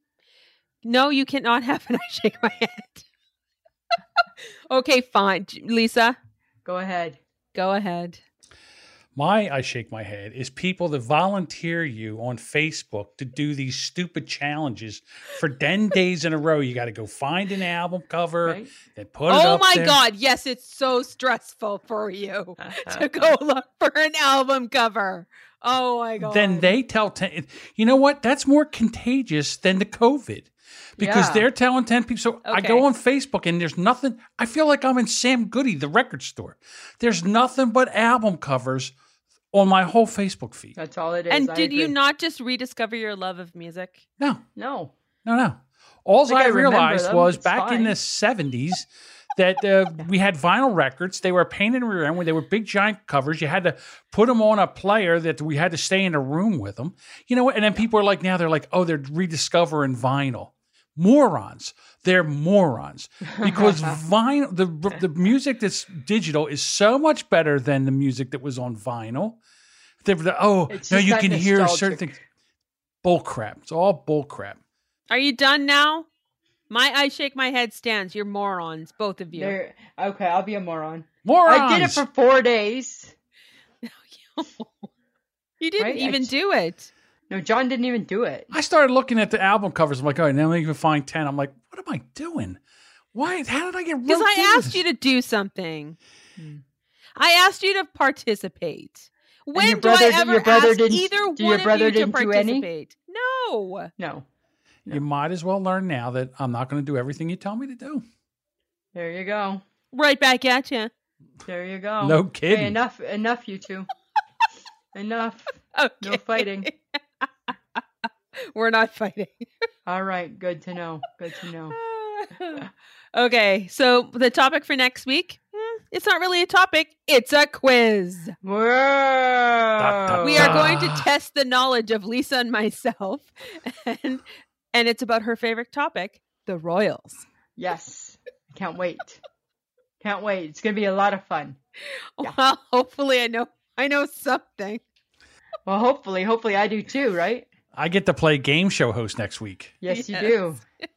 no you cannot have an i shake my head okay fine J- lisa
Go ahead.
go ahead
My I shake my head is people that volunteer you on Facebook to do these stupid challenges for 10 days in a row. You got to go find an album cover,
Right?
then put it
oh
up
my
there.
god yes it's so stressful for you
Uh,
to go look for an album cover oh my god
Then they tell 10 you know what? That's more contagious than the COVID. Because
Yeah.
they're telling 10 people. So I
Okay.
go on Facebook and there's nothing. I feel like I'm in Sam Goody, the record store. There's nothing but album covers on my whole Facebook feed.
That's all it is.
and
I
did you
agree.
not just rediscover your love of music
No,
No.
No, no. All
Like, I
I,
remember
realized
them.
was
It's
back in
fine.
the 70s that uh, we had vinyl records. They were painted in rear end when they were big, giant covers. You had to put them on a player that we had to stay in a room with them. You know what? And then people are like, now they're like, oh, they're rediscovering vinyl. Morons. They're morons because
Uh-huh.
vinyl, the, the music that's digital is so much better than the music that was on vinyl. They were like, oh,
It's
no,
just
you
that
can hear certain
nostalgic.
things. Bull crap. It's all bull crap.
are you done now my i shake my head stands you're morons both of you
There. Okay, I'll be a moron.
Morons.
I did it for four days.
you didn't
Right? I
even
j-
do it
No, John didn't even do it.
I started looking at the album covers. I'm like, oh, now you can find 10. I'm like, what am I doing? Why? How did I get roped
Because I
into
asked
this?
you to do something.
Hmm.
I asked you to participate. When
your brother-
do I ever
your brother
ask
didn't-
either
do your
one
brother
of you to
didn't do any?
participate? No.
No.
You might as well learn now that I'm not going to do everything you tell me to do.
There you go.
Right back at you.
There you
Oh,
go.
No
Hey,
kidding.
enough, enough, you two. enough.
Okay.
No fighting.
We're not fighting.
All right. Good to know. Good to know.
okay. So the topic for next week, hmm, it's not really a topic. It's a quiz.
Whoa.
da,
We are going to
Ah.
test the knowledge of Lisa and myself. And, and it's about her favorite topic, the Royals.
Yes. Can't wait. Can't wait. It's going to be a lot of fun. Yeah.
Well, hopefully I know I know something.
Well, hopefully, hopefully I do too, right?
I get to play game show host next week.
Yes, you do.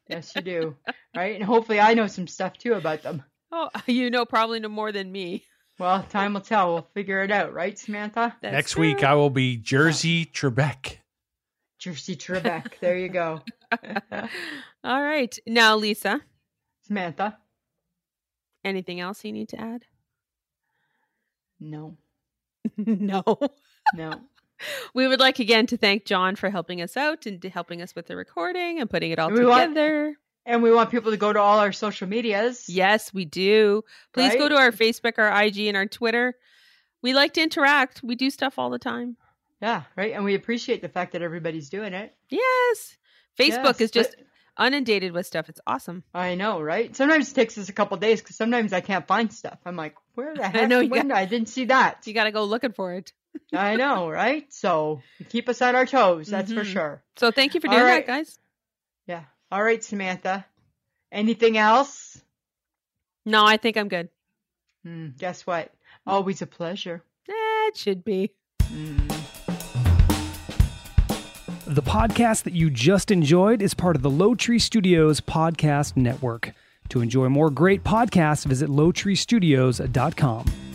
Yes, you do. Right? And hopefully I know some stuff too about them.
Oh, you know probably no more than me.
Well, time will tell. We'll figure it out, right, Samantha?
That's
next week,
true.
I will be Jersey Trebek.
Jersey Trebek. There you go.
All right. Now, Lisa,
Samantha?
anything else you need to add?
No.
no.
No.
We would like again to thank John for helping us out and to helping us with the recording and putting it all
We want-
together.
And we want people to go to all our social medias.
Yes, we do. Please go
Right?
to our Facebook, our IG, and our Twitter. We like to interact. We do stuff all the time.
Yeah, right. And we appreciate the fact that everybody's doing it.
Yes. Facebook
Yes,
is just
but-
inundated with stuff. It's awesome.
I know, right? Sometimes it takes us a couple of days because sometimes I can't find stuff. I'm like, where the heck?
know, you
when I didn't see that.
You got to go looking for it.
I know, right? So keep us on our toes. That's for
Mhm.
sure.
So thank you for
All
doing
right.
that, guys.
Yeah. All right, Samantha. Anything else?
No, I think I'm good.
Hmm, guess what? Always a pleasure.
Eh, it should be.
Mm.
The podcast that you just enjoyed is part of the Low Tree Studios podcast network. To enjoy more great podcasts, visit lowtreestudios.com.